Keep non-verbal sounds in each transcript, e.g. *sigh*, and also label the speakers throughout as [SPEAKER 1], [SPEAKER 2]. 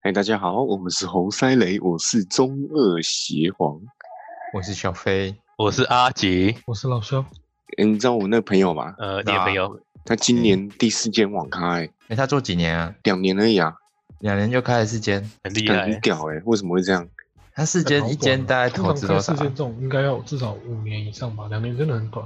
[SPEAKER 1] 嗨，大家好，我们是红塞雷，我是中二邪皇。
[SPEAKER 2] 我是小飞，
[SPEAKER 3] 我是阿吉，
[SPEAKER 4] 我是老肖，
[SPEAKER 1] 诶你知道我那朋友吗？
[SPEAKER 3] 呃，你的朋友，
[SPEAKER 1] 他今年第四间网咖、欸，
[SPEAKER 2] 哎、他做几年啊？
[SPEAKER 1] 两年而已啊，
[SPEAKER 2] 两年就开了四间，
[SPEAKER 3] 很厉
[SPEAKER 1] 干
[SPEAKER 3] 害欸
[SPEAKER 1] 很，屌哎、为什么会这样？
[SPEAKER 2] 他四
[SPEAKER 4] 很
[SPEAKER 2] 间
[SPEAKER 4] 好
[SPEAKER 2] 一间
[SPEAKER 4] 管
[SPEAKER 2] 大概
[SPEAKER 4] 通
[SPEAKER 2] 投
[SPEAKER 4] 常
[SPEAKER 2] 资
[SPEAKER 4] 开
[SPEAKER 2] 多少
[SPEAKER 4] 四
[SPEAKER 2] 啊？
[SPEAKER 4] 间这种应该要至少五年以上吧，两年真的很短。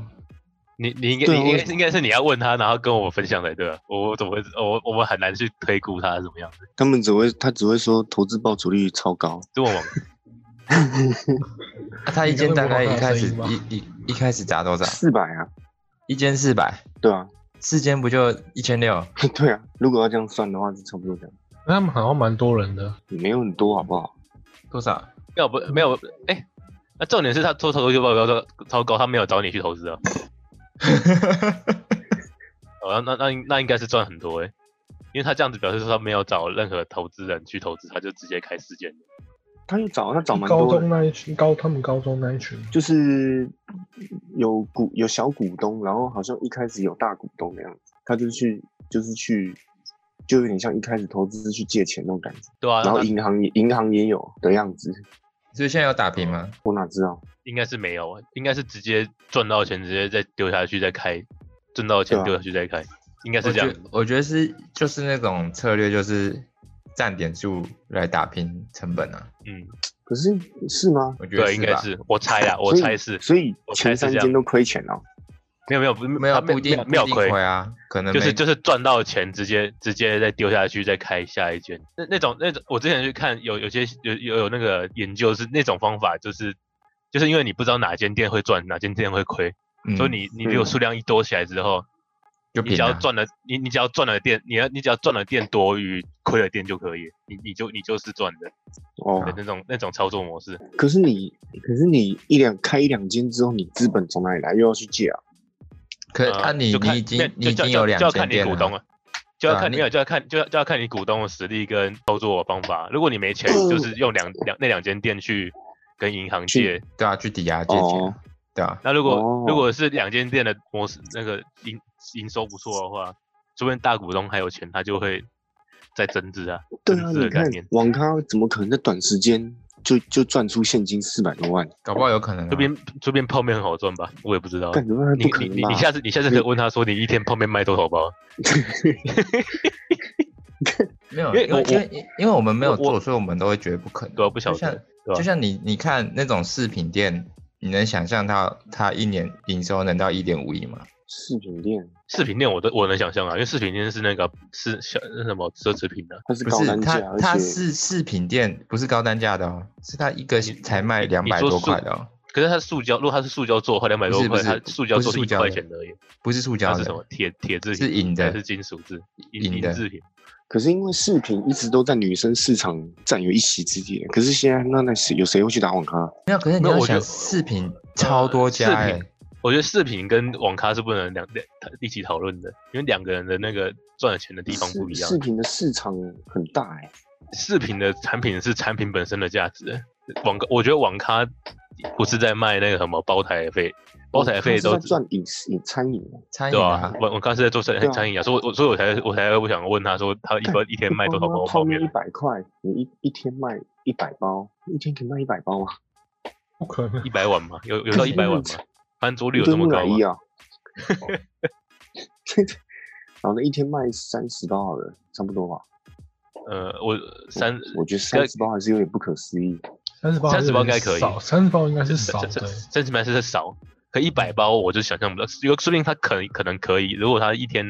[SPEAKER 3] 你你应该
[SPEAKER 1] 对啊
[SPEAKER 3] 你应
[SPEAKER 1] 为
[SPEAKER 3] 该
[SPEAKER 1] 什么
[SPEAKER 3] 应该是你要问他，然后跟我分享才对啊。我我怎么会我我们很难去推估他是怎么样子，
[SPEAKER 1] 他们只会他只会说投资报酬率超高，
[SPEAKER 3] 这么猛，
[SPEAKER 2] 啊他一
[SPEAKER 4] 你刚
[SPEAKER 2] 间
[SPEAKER 4] 刚
[SPEAKER 2] 大概
[SPEAKER 4] 有
[SPEAKER 2] 一
[SPEAKER 4] 看到
[SPEAKER 2] 开
[SPEAKER 4] 声
[SPEAKER 2] 始
[SPEAKER 4] 音吗
[SPEAKER 2] 一一一开始砸多少？
[SPEAKER 1] 四百啊，
[SPEAKER 2] 一间四百，
[SPEAKER 1] 对啊， *laughs*
[SPEAKER 2] 四间不就一千六？
[SPEAKER 1] 对啊，如果要这样算的话，是差不多这样，
[SPEAKER 4] 那他们好像蛮多人的，
[SPEAKER 1] 也没有很多好不好？
[SPEAKER 2] 多少？ *laughs*
[SPEAKER 3] 要不
[SPEAKER 1] *laughs*
[SPEAKER 3] 没有哎、那重点是他做投资报告超超高，他没有找你去投资啊。哦，那那那那应该是赚很多哎、因为他这样子表示说他没有找任何投资人去投资，他就直接开事件。
[SPEAKER 1] 他又找他
[SPEAKER 2] 哦
[SPEAKER 1] 找蛮
[SPEAKER 4] 高
[SPEAKER 1] 多
[SPEAKER 4] 中
[SPEAKER 1] 的，
[SPEAKER 4] 那一群，高他们高中那一群，
[SPEAKER 1] 就是有股有小股东，然后好像一开始有大股东的样子，他就去就是去。就有点像一开始投资去借钱那种感觉，
[SPEAKER 3] 对啊，
[SPEAKER 1] 然后
[SPEAKER 3] 那
[SPEAKER 1] 银行也银行也有的样子，
[SPEAKER 2] 所以现在有打平吗？
[SPEAKER 3] 哦
[SPEAKER 1] 我哪知道？
[SPEAKER 3] 应该是没有，啊，应该是直接赚到钱直接再丢下去再开，赚到
[SPEAKER 1] 对
[SPEAKER 3] 钱
[SPEAKER 1] 啊
[SPEAKER 3] 丢下去再开，应该
[SPEAKER 2] 我
[SPEAKER 3] 是这
[SPEAKER 2] 觉
[SPEAKER 3] 样
[SPEAKER 2] 得。我觉得是就是那种策略，就是占点数来打平成本啊。
[SPEAKER 3] 嗯，
[SPEAKER 1] 可是是吗？
[SPEAKER 2] 我觉得
[SPEAKER 3] 对，应该
[SPEAKER 2] 吧
[SPEAKER 3] 是我猜啊，我
[SPEAKER 1] 所以
[SPEAKER 3] 猜是
[SPEAKER 1] 所以
[SPEAKER 3] 我猜
[SPEAKER 1] 前
[SPEAKER 3] 是
[SPEAKER 1] 三
[SPEAKER 3] 这样
[SPEAKER 1] 间都亏钱哦、
[SPEAKER 3] 没有没有不
[SPEAKER 2] 没有
[SPEAKER 3] 他
[SPEAKER 2] 不一定
[SPEAKER 3] 没有
[SPEAKER 2] 不一定
[SPEAKER 3] 亏
[SPEAKER 2] 亏啊，可能
[SPEAKER 3] 就是
[SPEAKER 2] 没
[SPEAKER 3] 就是赚到钱直接直接再丢下去再开下一间。那那种那种我之前去看有有些有有有那个研究是那种方法就是。就是因为你不知道哪间店会赚，哪间店会亏，
[SPEAKER 2] 嗯
[SPEAKER 3] 所以你你如果
[SPEAKER 1] 嗯
[SPEAKER 3] 数量一多起来之后，
[SPEAKER 2] 就
[SPEAKER 3] 你
[SPEAKER 2] 平啊
[SPEAKER 3] 只要
[SPEAKER 2] 了。
[SPEAKER 3] 赚了你你只要赚了店，你要你只要赚了店多于亏了店就可以，你你就你就是赚的。的
[SPEAKER 1] 哦，
[SPEAKER 3] 那种那种操作模式。
[SPEAKER 1] 可是你可是你一两开一两间之后，你资本从哪里来？又要去借啊？
[SPEAKER 2] 可
[SPEAKER 3] 呃
[SPEAKER 2] 啊你
[SPEAKER 3] 就看
[SPEAKER 2] 你已
[SPEAKER 3] 那
[SPEAKER 2] 经
[SPEAKER 3] 就
[SPEAKER 2] 你已
[SPEAKER 3] 就
[SPEAKER 2] 经
[SPEAKER 3] 就
[SPEAKER 2] 有两
[SPEAKER 3] 就要
[SPEAKER 2] 间
[SPEAKER 3] 看你
[SPEAKER 2] 店
[SPEAKER 3] 股
[SPEAKER 2] 了
[SPEAKER 3] 东
[SPEAKER 2] 啊，
[SPEAKER 3] 了，就要
[SPEAKER 2] 对啊
[SPEAKER 3] 看
[SPEAKER 2] 你
[SPEAKER 3] 没有就要看就要就要看你股东的实力跟操作方法。如果你没钱，就是用两两那两间店去跟银行
[SPEAKER 1] 嗯去
[SPEAKER 3] 借。
[SPEAKER 2] 对啊，去抵押借钱
[SPEAKER 1] 哦
[SPEAKER 2] 啊，对啊，
[SPEAKER 3] 那如果、
[SPEAKER 1] 哦
[SPEAKER 3] 如果是两间店的模式，那个营营收不错的话，说不定大股东还有钱，他就会再增资啊。
[SPEAKER 1] 对啊，
[SPEAKER 3] 这个
[SPEAKER 1] 你看
[SPEAKER 3] 概念
[SPEAKER 1] 网咖怎么可能在短时间就就赚出现金四百多万？
[SPEAKER 3] 哦
[SPEAKER 2] 搞不好有可能啊。
[SPEAKER 3] 这边这边泡面很好赚吧？我也不知道。
[SPEAKER 1] 干什么
[SPEAKER 3] 你
[SPEAKER 1] 不可
[SPEAKER 3] 你
[SPEAKER 1] 能
[SPEAKER 3] 你
[SPEAKER 1] 吧
[SPEAKER 3] 你？下次你下次可以问他说你一天泡面卖多少包？
[SPEAKER 2] 没有，
[SPEAKER 3] 因为
[SPEAKER 2] 因为
[SPEAKER 3] 我
[SPEAKER 2] 因为因为我们没有
[SPEAKER 3] 我我
[SPEAKER 2] 做，所以我们都会觉得不可能。
[SPEAKER 3] 对啊，不晓
[SPEAKER 2] 就像
[SPEAKER 3] 得。对吧
[SPEAKER 2] 就像你你看那种饰品店，你能想象到它一年营收能到一点五亿吗？
[SPEAKER 1] 饰品店
[SPEAKER 3] 饰品店我都我能想象啊，因为饰品店是那个是小那什么奢侈品的、
[SPEAKER 1] 它是
[SPEAKER 2] 不
[SPEAKER 1] 高
[SPEAKER 2] 是
[SPEAKER 1] 单，价
[SPEAKER 2] 它，它
[SPEAKER 1] 而且
[SPEAKER 2] 是饰品店，不是高单价的哦，是它一个
[SPEAKER 3] 你
[SPEAKER 2] 才卖
[SPEAKER 3] 你
[SPEAKER 2] 两
[SPEAKER 3] 你
[SPEAKER 2] 百
[SPEAKER 3] 说
[SPEAKER 2] 多
[SPEAKER 3] 塑
[SPEAKER 2] 块的哦，
[SPEAKER 3] 可是它是塑胶，如果它是塑胶做的话，两百
[SPEAKER 2] 不
[SPEAKER 3] 多
[SPEAKER 2] 是不
[SPEAKER 3] 块，
[SPEAKER 2] 是
[SPEAKER 3] 它塑胶
[SPEAKER 2] 不是
[SPEAKER 3] 做是
[SPEAKER 2] 塑
[SPEAKER 3] 一
[SPEAKER 2] 胶
[SPEAKER 3] 块
[SPEAKER 2] 的
[SPEAKER 3] 钱而已。
[SPEAKER 2] 不是塑胶的，
[SPEAKER 3] 它是什么铁铁制品？
[SPEAKER 2] 是银
[SPEAKER 3] 还
[SPEAKER 2] 的
[SPEAKER 3] 是金属制？银
[SPEAKER 2] 银的
[SPEAKER 3] 制品。
[SPEAKER 1] 可是因为饰品一直都在女生市场占有一席之地，可是现在那那谁有谁会去打网咖？
[SPEAKER 2] 没有，可是你
[SPEAKER 3] 没有
[SPEAKER 2] 要
[SPEAKER 3] 我觉
[SPEAKER 2] 想
[SPEAKER 3] 得呃
[SPEAKER 2] 饰品超多家
[SPEAKER 3] 饰
[SPEAKER 2] 哎
[SPEAKER 3] 品，我觉得饰品跟网咖是不能两两一起讨论的，因为两个人的那个赚的钱的地方不一
[SPEAKER 1] 饰
[SPEAKER 3] 样
[SPEAKER 1] 饰。品的市场很大哎、
[SPEAKER 3] 饰品的产品是产品本身的价值，网咖我觉得网咖不是在卖那个什么包台
[SPEAKER 2] 哦
[SPEAKER 3] 费，包台费
[SPEAKER 1] 它是
[SPEAKER 3] 都
[SPEAKER 1] 在赚饮食饮餐饮啊。
[SPEAKER 2] 餐饮
[SPEAKER 3] 对
[SPEAKER 2] 啊
[SPEAKER 3] 啊，，我我刚才在做餐
[SPEAKER 1] 对啊
[SPEAKER 3] 餐饮啊，所以我我所以我才我才会想问他说
[SPEAKER 2] *laughs*
[SPEAKER 3] 他一般一天卖多少
[SPEAKER 1] 哦
[SPEAKER 3] 包泡面
[SPEAKER 1] 一？百块，你一一天卖一百包，一天可以卖一百包吗？
[SPEAKER 4] 不可能
[SPEAKER 3] 一。百碗吗？有有到一百碗吗？翻桌率有
[SPEAKER 1] 对
[SPEAKER 3] 这么
[SPEAKER 1] 木乃
[SPEAKER 3] 高吗
[SPEAKER 1] 伊？啊！然后呢，一天卖三十包好了，差不多吧。
[SPEAKER 3] 呃，我三
[SPEAKER 1] 我觉得三十包还是有点不可思议。
[SPEAKER 4] 三十包
[SPEAKER 3] 30包应该可以
[SPEAKER 4] 少，三十包应该是少
[SPEAKER 3] 三
[SPEAKER 2] *laughs*
[SPEAKER 4] 的
[SPEAKER 3] 三。三十是少，可一百包我就想象不到，有说不定他可能可能可以，如果他一天，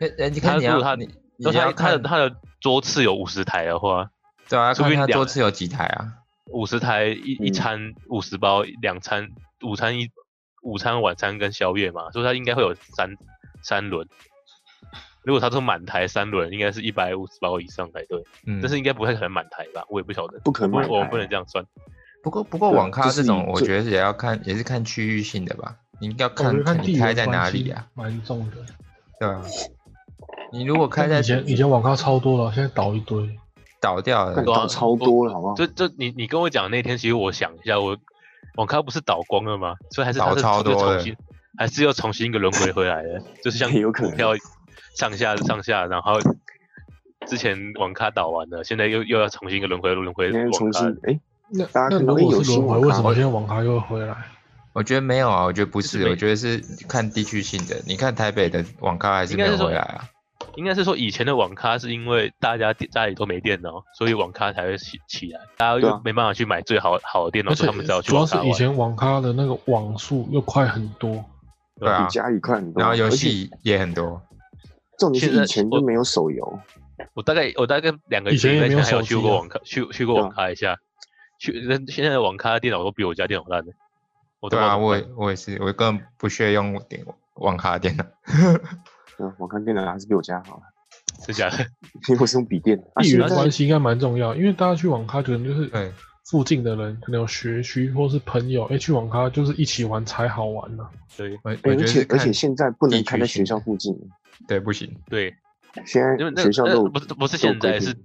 [SPEAKER 2] 哎哎，你看
[SPEAKER 3] 它
[SPEAKER 2] 你
[SPEAKER 3] 如果
[SPEAKER 2] 要
[SPEAKER 3] 它
[SPEAKER 2] 你你
[SPEAKER 3] 如果他
[SPEAKER 2] 要
[SPEAKER 3] 他的
[SPEAKER 2] 看
[SPEAKER 3] 他的桌次有五十台的话，
[SPEAKER 2] 对啊，要
[SPEAKER 3] 说不
[SPEAKER 2] 看
[SPEAKER 3] 定
[SPEAKER 2] 它
[SPEAKER 3] 两
[SPEAKER 2] 多次有几台啊，
[SPEAKER 3] 五十台一一
[SPEAKER 1] 嗯
[SPEAKER 3] 餐五十包，两餐午餐一午餐晚餐跟宵夜嘛，所以他应该会有三三轮。如果他说满台三轮，应该是一百五十包以上才对，
[SPEAKER 2] 嗯，
[SPEAKER 3] 但是应该不太可能满台吧？我也不晓得，
[SPEAKER 1] 不可能
[SPEAKER 3] 不
[SPEAKER 1] 满台
[SPEAKER 3] 我们不能这样算。
[SPEAKER 2] 不过不过
[SPEAKER 1] 对
[SPEAKER 2] 网咖
[SPEAKER 1] 就是
[SPEAKER 2] 这种，
[SPEAKER 1] 你
[SPEAKER 2] 我
[SPEAKER 1] 最
[SPEAKER 2] 觉得也要看，也是看区域性的吧。你要
[SPEAKER 4] 我觉
[SPEAKER 2] 看
[SPEAKER 4] 得看地
[SPEAKER 2] 你
[SPEAKER 4] 缘
[SPEAKER 2] 开在哪
[SPEAKER 4] 关系
[SPEAKER 2] 里啊？
[SPEAKER 4] 蛮重的。
[SPEAKER 2] 对
[SPEAKER 4] *laughs*
[SPEAKER 2] 啊，你如果开在
[SPEAKER 4] 以前以前网咖超多了，啊现在倒一堆。
[SPEAKER 2] 倒掉了
[SPEAKER 1] 干，
[SPEAKER 3] 对啊
[SPEAKER 1] 到超多了，好不好？
[SPEAKER 3] 这这你你跟我讲那天，其实我想一下，我网咖不是倒光了吗？所以还是它
[SPEAKER 2] 倒
[SPEAKER 3] 是
[SPEAKER 2] 超
[SPEAKER 3] 就
[SPEAKER 2] 多
[SPEAKER 3] 重
[SPEAKER 2] 的
[SPEAKER 3] 新，还是又重
[SPEAKER 1] *laughs*
[SPEAKER 3] 新一个轮回回来的，就是像
[SPEAKER 1] 有可
[SPEAKER 3] 股
[SPEAKER 1] 能
[SPEAKER 3] 票上下上下，然后之前网咖倒完了，现在又又要重新一个轮回轮回
[SPEAKER 1] 现在
[SPEAKER 3] 网
[SPEAKER 1] 重
[SPEAKER 3] 咖
[SPEAKER 1] 新，哎，
[SPEAKER 4] 那
[SPEAKER 1] 大家
[SPEAKER 4] 那
[SPEAKER 1] 可能
[SPEAKER 4] 如
[SPEAKER 1] 会有
[SPEAKER 4] 果是
[SPEAKER 1] 新
[SPEAKER 4] 轮回，
[SPEAKER 1] 网
[SPEAKER 4] 为什
[SPEAKER 1] 咖
[SPEAKER 4] 么现在网咖又会回来？
[SPEAKER 2] 我觉得没有啊，我觉得不
[SPEAKER 3] 就是
[SPEAKER 2] 是，
[SPEAKER 3] 没
[SPEAKER 2] 我觉得是看地区性的。你看台北的网咖还是
[SPEAKER 3] 应
[SPEAKER 2] 没
[SPEAKER 3] 该是
[SPEAKER 2] 有
[SPEAKER 3] 说
[SPEAKER 2] 回来啊？
[SPEAKER 3] 应该是说以前的网咖是因为大家电家里都没电脑，所以网咖才会起起来，大家
[SPEAKER 1] 对
[SPEAKER 3] 又
[SPEAKER 1] 啊
[SPEAKER 3] 没办法去买最好好的电脑，
[SPEAKER 4] 而
[SPEAKER 3] 所
[SPEAKER 4] 且
[SPEAKER 3] 以他们只好去
[SPEAKER 4] 主要
[SPEAKER 3] 网
[SPEAKER 4] 是
[SPEAKER 3] 咖
[SPEAKER 4] 以
[SPEAKER 3] 玩。
[SPEAKER 4] 前网咖的那个网速又快很多，
[SPEAKER 2] 对啊
[SPEAKER 1] 比，家里快很多。
[SPEAKER 2] 然后游
[SPEAKER 1] 而且
[SPEAKER 2] 戏也很多，
[SPEAKER 1] 重点
[SPEAKER 3] 现
[SPEAKER 1] 是
[SPEAKER 3] 在
[SPEAKER 1] 以前就没有手游，
[SPEAKER 3] 我大概我大概两个
[SPEAKER 4] 以前
[SPEAKER 3] 礼拜
[SPEAKER 4] 也没有
[SPEAKER 3] 还有
[SPEAKER 4] 手
[SPEAKER 3] 去
[SPEAKER 4] 机
[SPEAKER 3] 过
[SPEAKER 4] 啊
[SPEAKER 3] 网咖，去去过
[SPEAKER 1] 对啊
[SPEAKER 3] 网咖一下，去那现在的网咖的电脑都比我家电脑烂的。我都
[SPEAKER 2] 对
[SPEAKER 3] 不
[SPEAKER 2] 啊，
[SPEAKER 3] 知道怎么
[SPEAKER 2] 我
[SPEAKER 3] 办
[SPEAKER 2] 也我也是，我根本不屑用电网咖的电脑。
[SPEAKER 1] 嗯，我看电脑还是比我家好，
[SPEAKER 3] 真假的，
[SPEAKER 1] *laughs* 因为我是用笔电。啊，
[SPEAKER 4] 地
[SPEAKER 1] 现
[SPEAKER 4] 缘
[SPEAKER 1] 在
[SPEAKER 4] 关系应该蛮重要，因为大家去网咖可能就是
[SPEAKER 2] 对
[SPEAKER 4] 附近的人，可能有学区或是朋友，哎、去网咖就是一起玩才好玩呢、啊
[SPEAKER 3] 对
[SPEAKER 2] 我
[SPEAKER 1] 哎
[SPEAKER 2] 我觉
[SPEAKER 1] 而
[SPEAKER 2] 得是
[SPEAKER 1] 且而且
[SPEAKER 2] 看
[SPEAKER 1] 现在不
[SPEAKER 2] 地
[SPEAKER 1] 能
[SPEAKER 2] 区
[SPEAKER 1] 开在学
[SPEAKER 2] 性
[SPEAKER 1] 校
[SPEAKER 2] 的
[SPEAKER 1] 附近，
[SPEAKER 2] 对不行，
[SPEAKER 3] 对，
[SPEAKER 1] *laughs* 现在
[SPEAKER 3] 因为那
[SPEAKER 1] 学校
[SPEAKER 3] 那
[SPEAKER 1] 都
[SPEAKER 3] 不是不是
[SPEAKER 1] 都
[SPEAKER 3] 现在
[SPEAKER 1] 规定
[SPEAKER 3] 是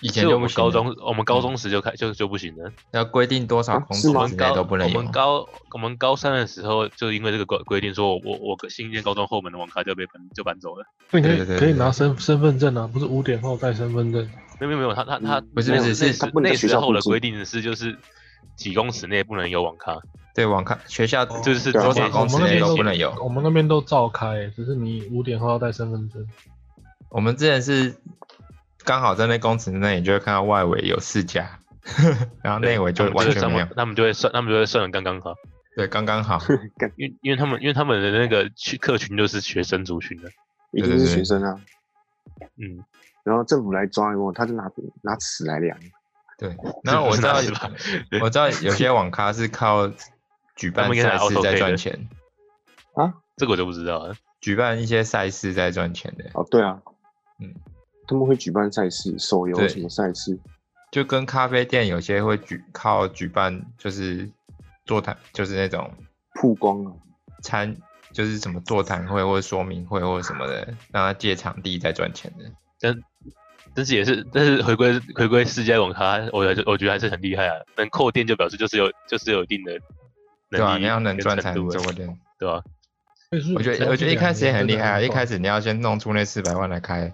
[SPEAKER 2] 以前
[SPEAKER 3] 是我
[SPEAKER 2] 就不
[SPEAKER 3] 们
[SPEAKER 2] 行了。嗯
[SPEAKER 3] 高中我们高中时就开就就不行了。
[SPEAKER 2] 要规定多少
[SPEAKER 1] 啊
[SPEAKER 2] 公
[SPEAKER 1] 是
[SPEAKER 2] 尺
[SPEAKER 1] 吗
[SPEAKER 3] 我
[SPEAKER 2] 之
[SPEAKER 3] 们
[SPEAKER 2] 内
[SPEAKER 3] 高
[SPEAKER 2] 都不能
[SPEAKER 3] 我
[SPEAKER 2] 有
[SPEAKER 3] 们。高我们高三的时候就因为这个规规定，说我我我新建高中后门的网咖就被搬就搬走了。
[SPEAKER 4] 那你可以
[SPEAKER 2] 对对对
[SPEAKER 4] 可以
[SPEAKER 2] 对
[SPEAKER 4] 拿身身份证啊，不是五点后带身份证，
[SPEAKER 3] 没有没有没有，他他他
[SPEAKER 1] 嗯
[SPEAKER 2] 不是
[SPEAKER 3] 那
[SPEAKER 2] 不是
[SPEAKER 3] 那
[SPEAKER 2] 是
[SPEAKER 3] 时
[SPEAKER 1] 他不能
[SPEAKER 3] 那
[SPEAKER 1] 在学
[SPEAKER 3] 时
[SPEAKER 1] 校
[SPEAKER 3] 候的
[SPEAKER 1] 附近
[SPEAKER 3] 规定是就是几公尺内不能有网咖，
[SPEAKER 2] 对网咖学校
[SPEAKER 4] 哦
[SPEAKER 3] 就是
[SPEAKER 1] 对啊
[SPEAKER 2] 多
[SPEAKER 3] 直
[SPEAKER 1] 我
[SPEAKER 2] 少
[SPEAKER 3] 接
[SPEAKER 1] 们
[SPEAKER 2] 公
[SPEAKER 4] 我
[SPEAKER 2] 尺
[SPEAKER 4] 们那
[SPEAKER 2] 内
[SPEAKER 4] 边
[SPEAKER 2] 都
[SPEAKER 4] 都
[SPEAKER 2] 不能有。
[SPEAKER 4] 我们那边都照开、诶只是你五点后要带身份证。
[SPEAKER 2] 我们之前是刚好在那公尺内，你就会看到外围有四家， *laughs* 然后内围就
[SPEAKER 3] 对
[SPEAKER 2] 完全
[SPEAKER 3] 他
[SPEAKER 2] 没有
[SPEAKER 3] 们。他们就会算，他们就会算的刚刚好，
[SPEAKER 2] 对，刚刚好。
[SPEAKER 1] 干
[SPEAKER 3] 因为因为他们因为他们的那个去客群就是学生族群的，
[SPEAKER 1] 一
[SPEAKER 2] 对
[SPEAKER 1] 定
[SPEAKER 2] 对
[SPEAKER 1] 是
[SPEAKER 2] 对
[SPEAKER 1] 学生啊。
[SPEAKER 3] 嗯，
[SPEAKER 1] 然后政府来抓我，他就拿拿尺来量，
[SPEAKER 2] 对，然后我
[SPEAKER 3] 是
[SPEAKER 2] 知道
[SPEAKER 3] 哪是吧
[SPEAKER 2] 我知道有些网咖是靠举
[SPEAKER 3] 他
[SPEAKER 2] 办
[SPEAKER 3] 们应该拿
[SPEAKER 2] 赛事
[SPEAKER 3] AutoPay
[SPEAKER 2] 在
[SPEAKER 3] 的
[SPEAKER 2] 赚钱，
[SPEAKER 3] 这个我就不知道了，
[SPEAKER 2] 举办一些赛事在赚钱的，
[SPEAKER 1] 哦，对啊，
[SPEAKER 2] 嗯，
[SPEAKER 1] 他们会举办赛事，手游
[SPEAKER 2] 对
[SPEAKER 1] 什么赛事，
[SPEAKER 2] 就跟咖啡店有些会举靠举办就是座谈，就是那种
[SPEAKER 1] 曝光啊，
[SPEAKER 2] 餐，就是什么座谈会或者说明会或者什么的，让他借场地在赚钱的。
[SPEAKER 3] 但是也是但是回归回归世界网咖，我还是我觉得还是很厉害啊，能扣店就表示就是有就是有一定的
[SPEAKER 2] 对吧、
[SPEAKER 3] 能力
[SPEAKER 2] 你要能
[SPEAKER 3] 跟
[SPEAKER 2] 赚才能
[SPEAKER 3] 程度了啊
[SPEAKER 2] 做店。
[SPEAKER 3] 对吧？
[SPEAKER 2] 我觉
[SPEAKER 4] *laughs*
[SPEAKER 2] 得，我觉得一开始也很厉害啊，一开始你要先弄出那四百万来开。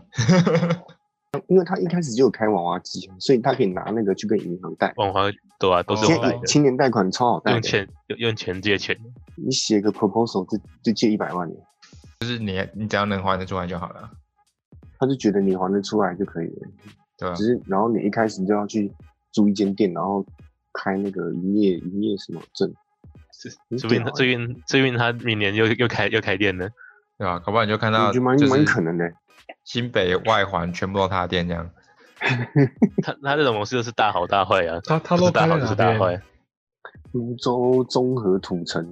[SPEAKER 1] 因为他一开始就有开娃娃机，啊所以他可以拿那个去跟银行贷，
[SPEAKER 2] 哦
[SPEAKER 3] 网咖对啊，都是
[SPEAKER 1] 现
[SPEAKER 3] 网咖
[SPEAKER 1] 在
[SPEAKER 3] 的，
[SPEAKER 1] 青年贷款超好贷
[SPEAKER 3] 用
[SPEAKER 1] 的，
[SPEAKER 3] 钱用用钱借钱，
[SPEAKER 1] 你写个 proposal 就就借一百万了，
[SPEAKER 2] 就是你你只要能还得出来就好了，
[SPEAKER 1] 他就觉得你还得出来就可以了，
[SPEAKER 2] 对啊吧、
[SPEAKER 1] 只是然后你一开始就要去租一间店，然后开那个营业营业什么证，嗯
[SPEAKER 3] 说不定
[SPEAKER 1] 对啊
[SPEAKER 3] 最近最近他明年又又开又开店了，
[SPEAKER 2] 对吧、搞不好你就看
[SPEAKER 1] 我
[SPEAKER 2] 到
[SPEAKER 1] 觉得蛮
[SPEAKER 2] 就
[SPEAKER 1] 蛮可
[SPEAKER 2] 是
[SPEAKER 1] 能的，
[SPEAKER 2] 新北外环全部都他店这样。
[SPEAKER 3] 他他这种模式就是大好大坏啊，
[SPEAKER 4] 他他
[SPEAKER 3] 不
[SPEAKER 4] 都
[SPEAKER 3] 是大
[SPEAKER 4] 开
[SPEAKER 3] 好
[SPEAKER 4] 了
[SPEAKER 3] 就是
[SPEAKER 4] 哪
[SPEAKER 3] 大
[SPEAKER 4] 边？
[SPEAKER 3] 坏。
[SPEAKER 1] 泸州综合土城，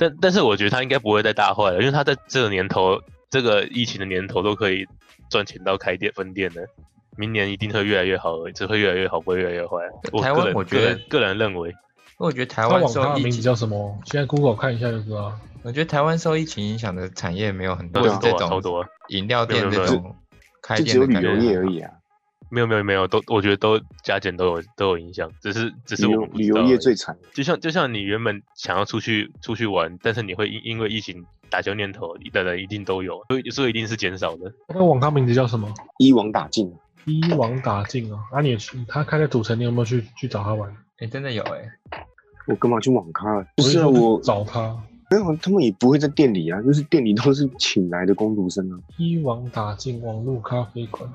[SPEAKER 3] 但但是我觉得他应该不会再大坏了，因为他在这个年头，这个疫情的年头都可以赚钱到开店分店的，明年一定会越来越好，只会越来越好，不会越来越坏。我
[SPEAKER 2] 台
[SPEAKER 3] 个
[SPEAKER 2] 湾
[SPEAKER 3] 人
[SPEAKER 2] 我觉
[SPEAKER 3] 个
[SPEAKER 2] 得
[SPEAKER 3] 人个人认为，
[SPEAKER 2] 我觉得台
[SPEAKER 4] 他
[SPEAKER 2] 湾
[SPEAKER 4] 网咖
[SPEAKER 2] 受
[SPEAKER 4] 的
[SPEAKER 2] 疫
[SPEAKER 4] 名字
[SPEAKER 2] 情，
[SPEAKER 4] 叫什么？现在 Google 看一下就知道了。
[SPEAKER 2] 我觉得台湾受疫情影响的产业没有很多，
[SPEAKER 1] 对
[SPEAKER 2] 是
[SPEAKER 1] 啊
[SPEAKER 2] 这
[SPEAKER 3] 多啊超多
[SPEAKER 2] 种
[SPEAKER 3] 啊
[SPEAKER 2] 饮料店
[SPEAKER 3] 没有没
[SPEAKER 2] 这
[SPEAKER 3] 有
[SPEAKER 2] 种开
[SPEAKER 1] 就只有
[SPEAKER 2] 店的
[SPEAKER 1] 旅
[SPEAKER 2] 感觉
[SPEAKER 1] 游业而
[SPEAKER 2] 很好。
[SPEAKER 1] 已啊，
[SPEAKER 3] 没有没有没有，都我觉得都加减都有都有影响，只是只是
[SPEAKER 1] 旅
[SPEAKER 3] 我
[SPEAKER 1] 游
[SPEAKER 3] 们不知
[SPEAKER 1] 旅游
[SPEAKER 3] 道欸而
[SPEAKER 1] 业
[SPEAKER 3] 已
[SPEAKER 1] 最惨。
[SPEAKER 3] 就像就像你原本想要出去出去玩，但是你会因因为疫情打消念头的人一定都有，所以所以一定是减少的。
[SPEAKER 4] 那个网咖名字叫什么？
[SPEAKER 1] 一网打尽啊，
[SPEAKER 4] 一网打尽啊！啊你也去，他开在赌城，你有没有去去找他玩？
[SPEAKER 2] 哎、真的有哎、
[SPEAKER 1] 我干嘛去网咖了？不是
[SPEAKER 4] 就
[SPEAKER 1] 啊，
[SPEAKER 4] 说去
[SPEAKER 1] 我
[SPEAKER 4] 找他。
[SPEAKER 1] 没有，他们也不会在店里啊，就是店里都是请来的工读生啊。
[SPEAKER 4] 一网打尽网络咖啡馆，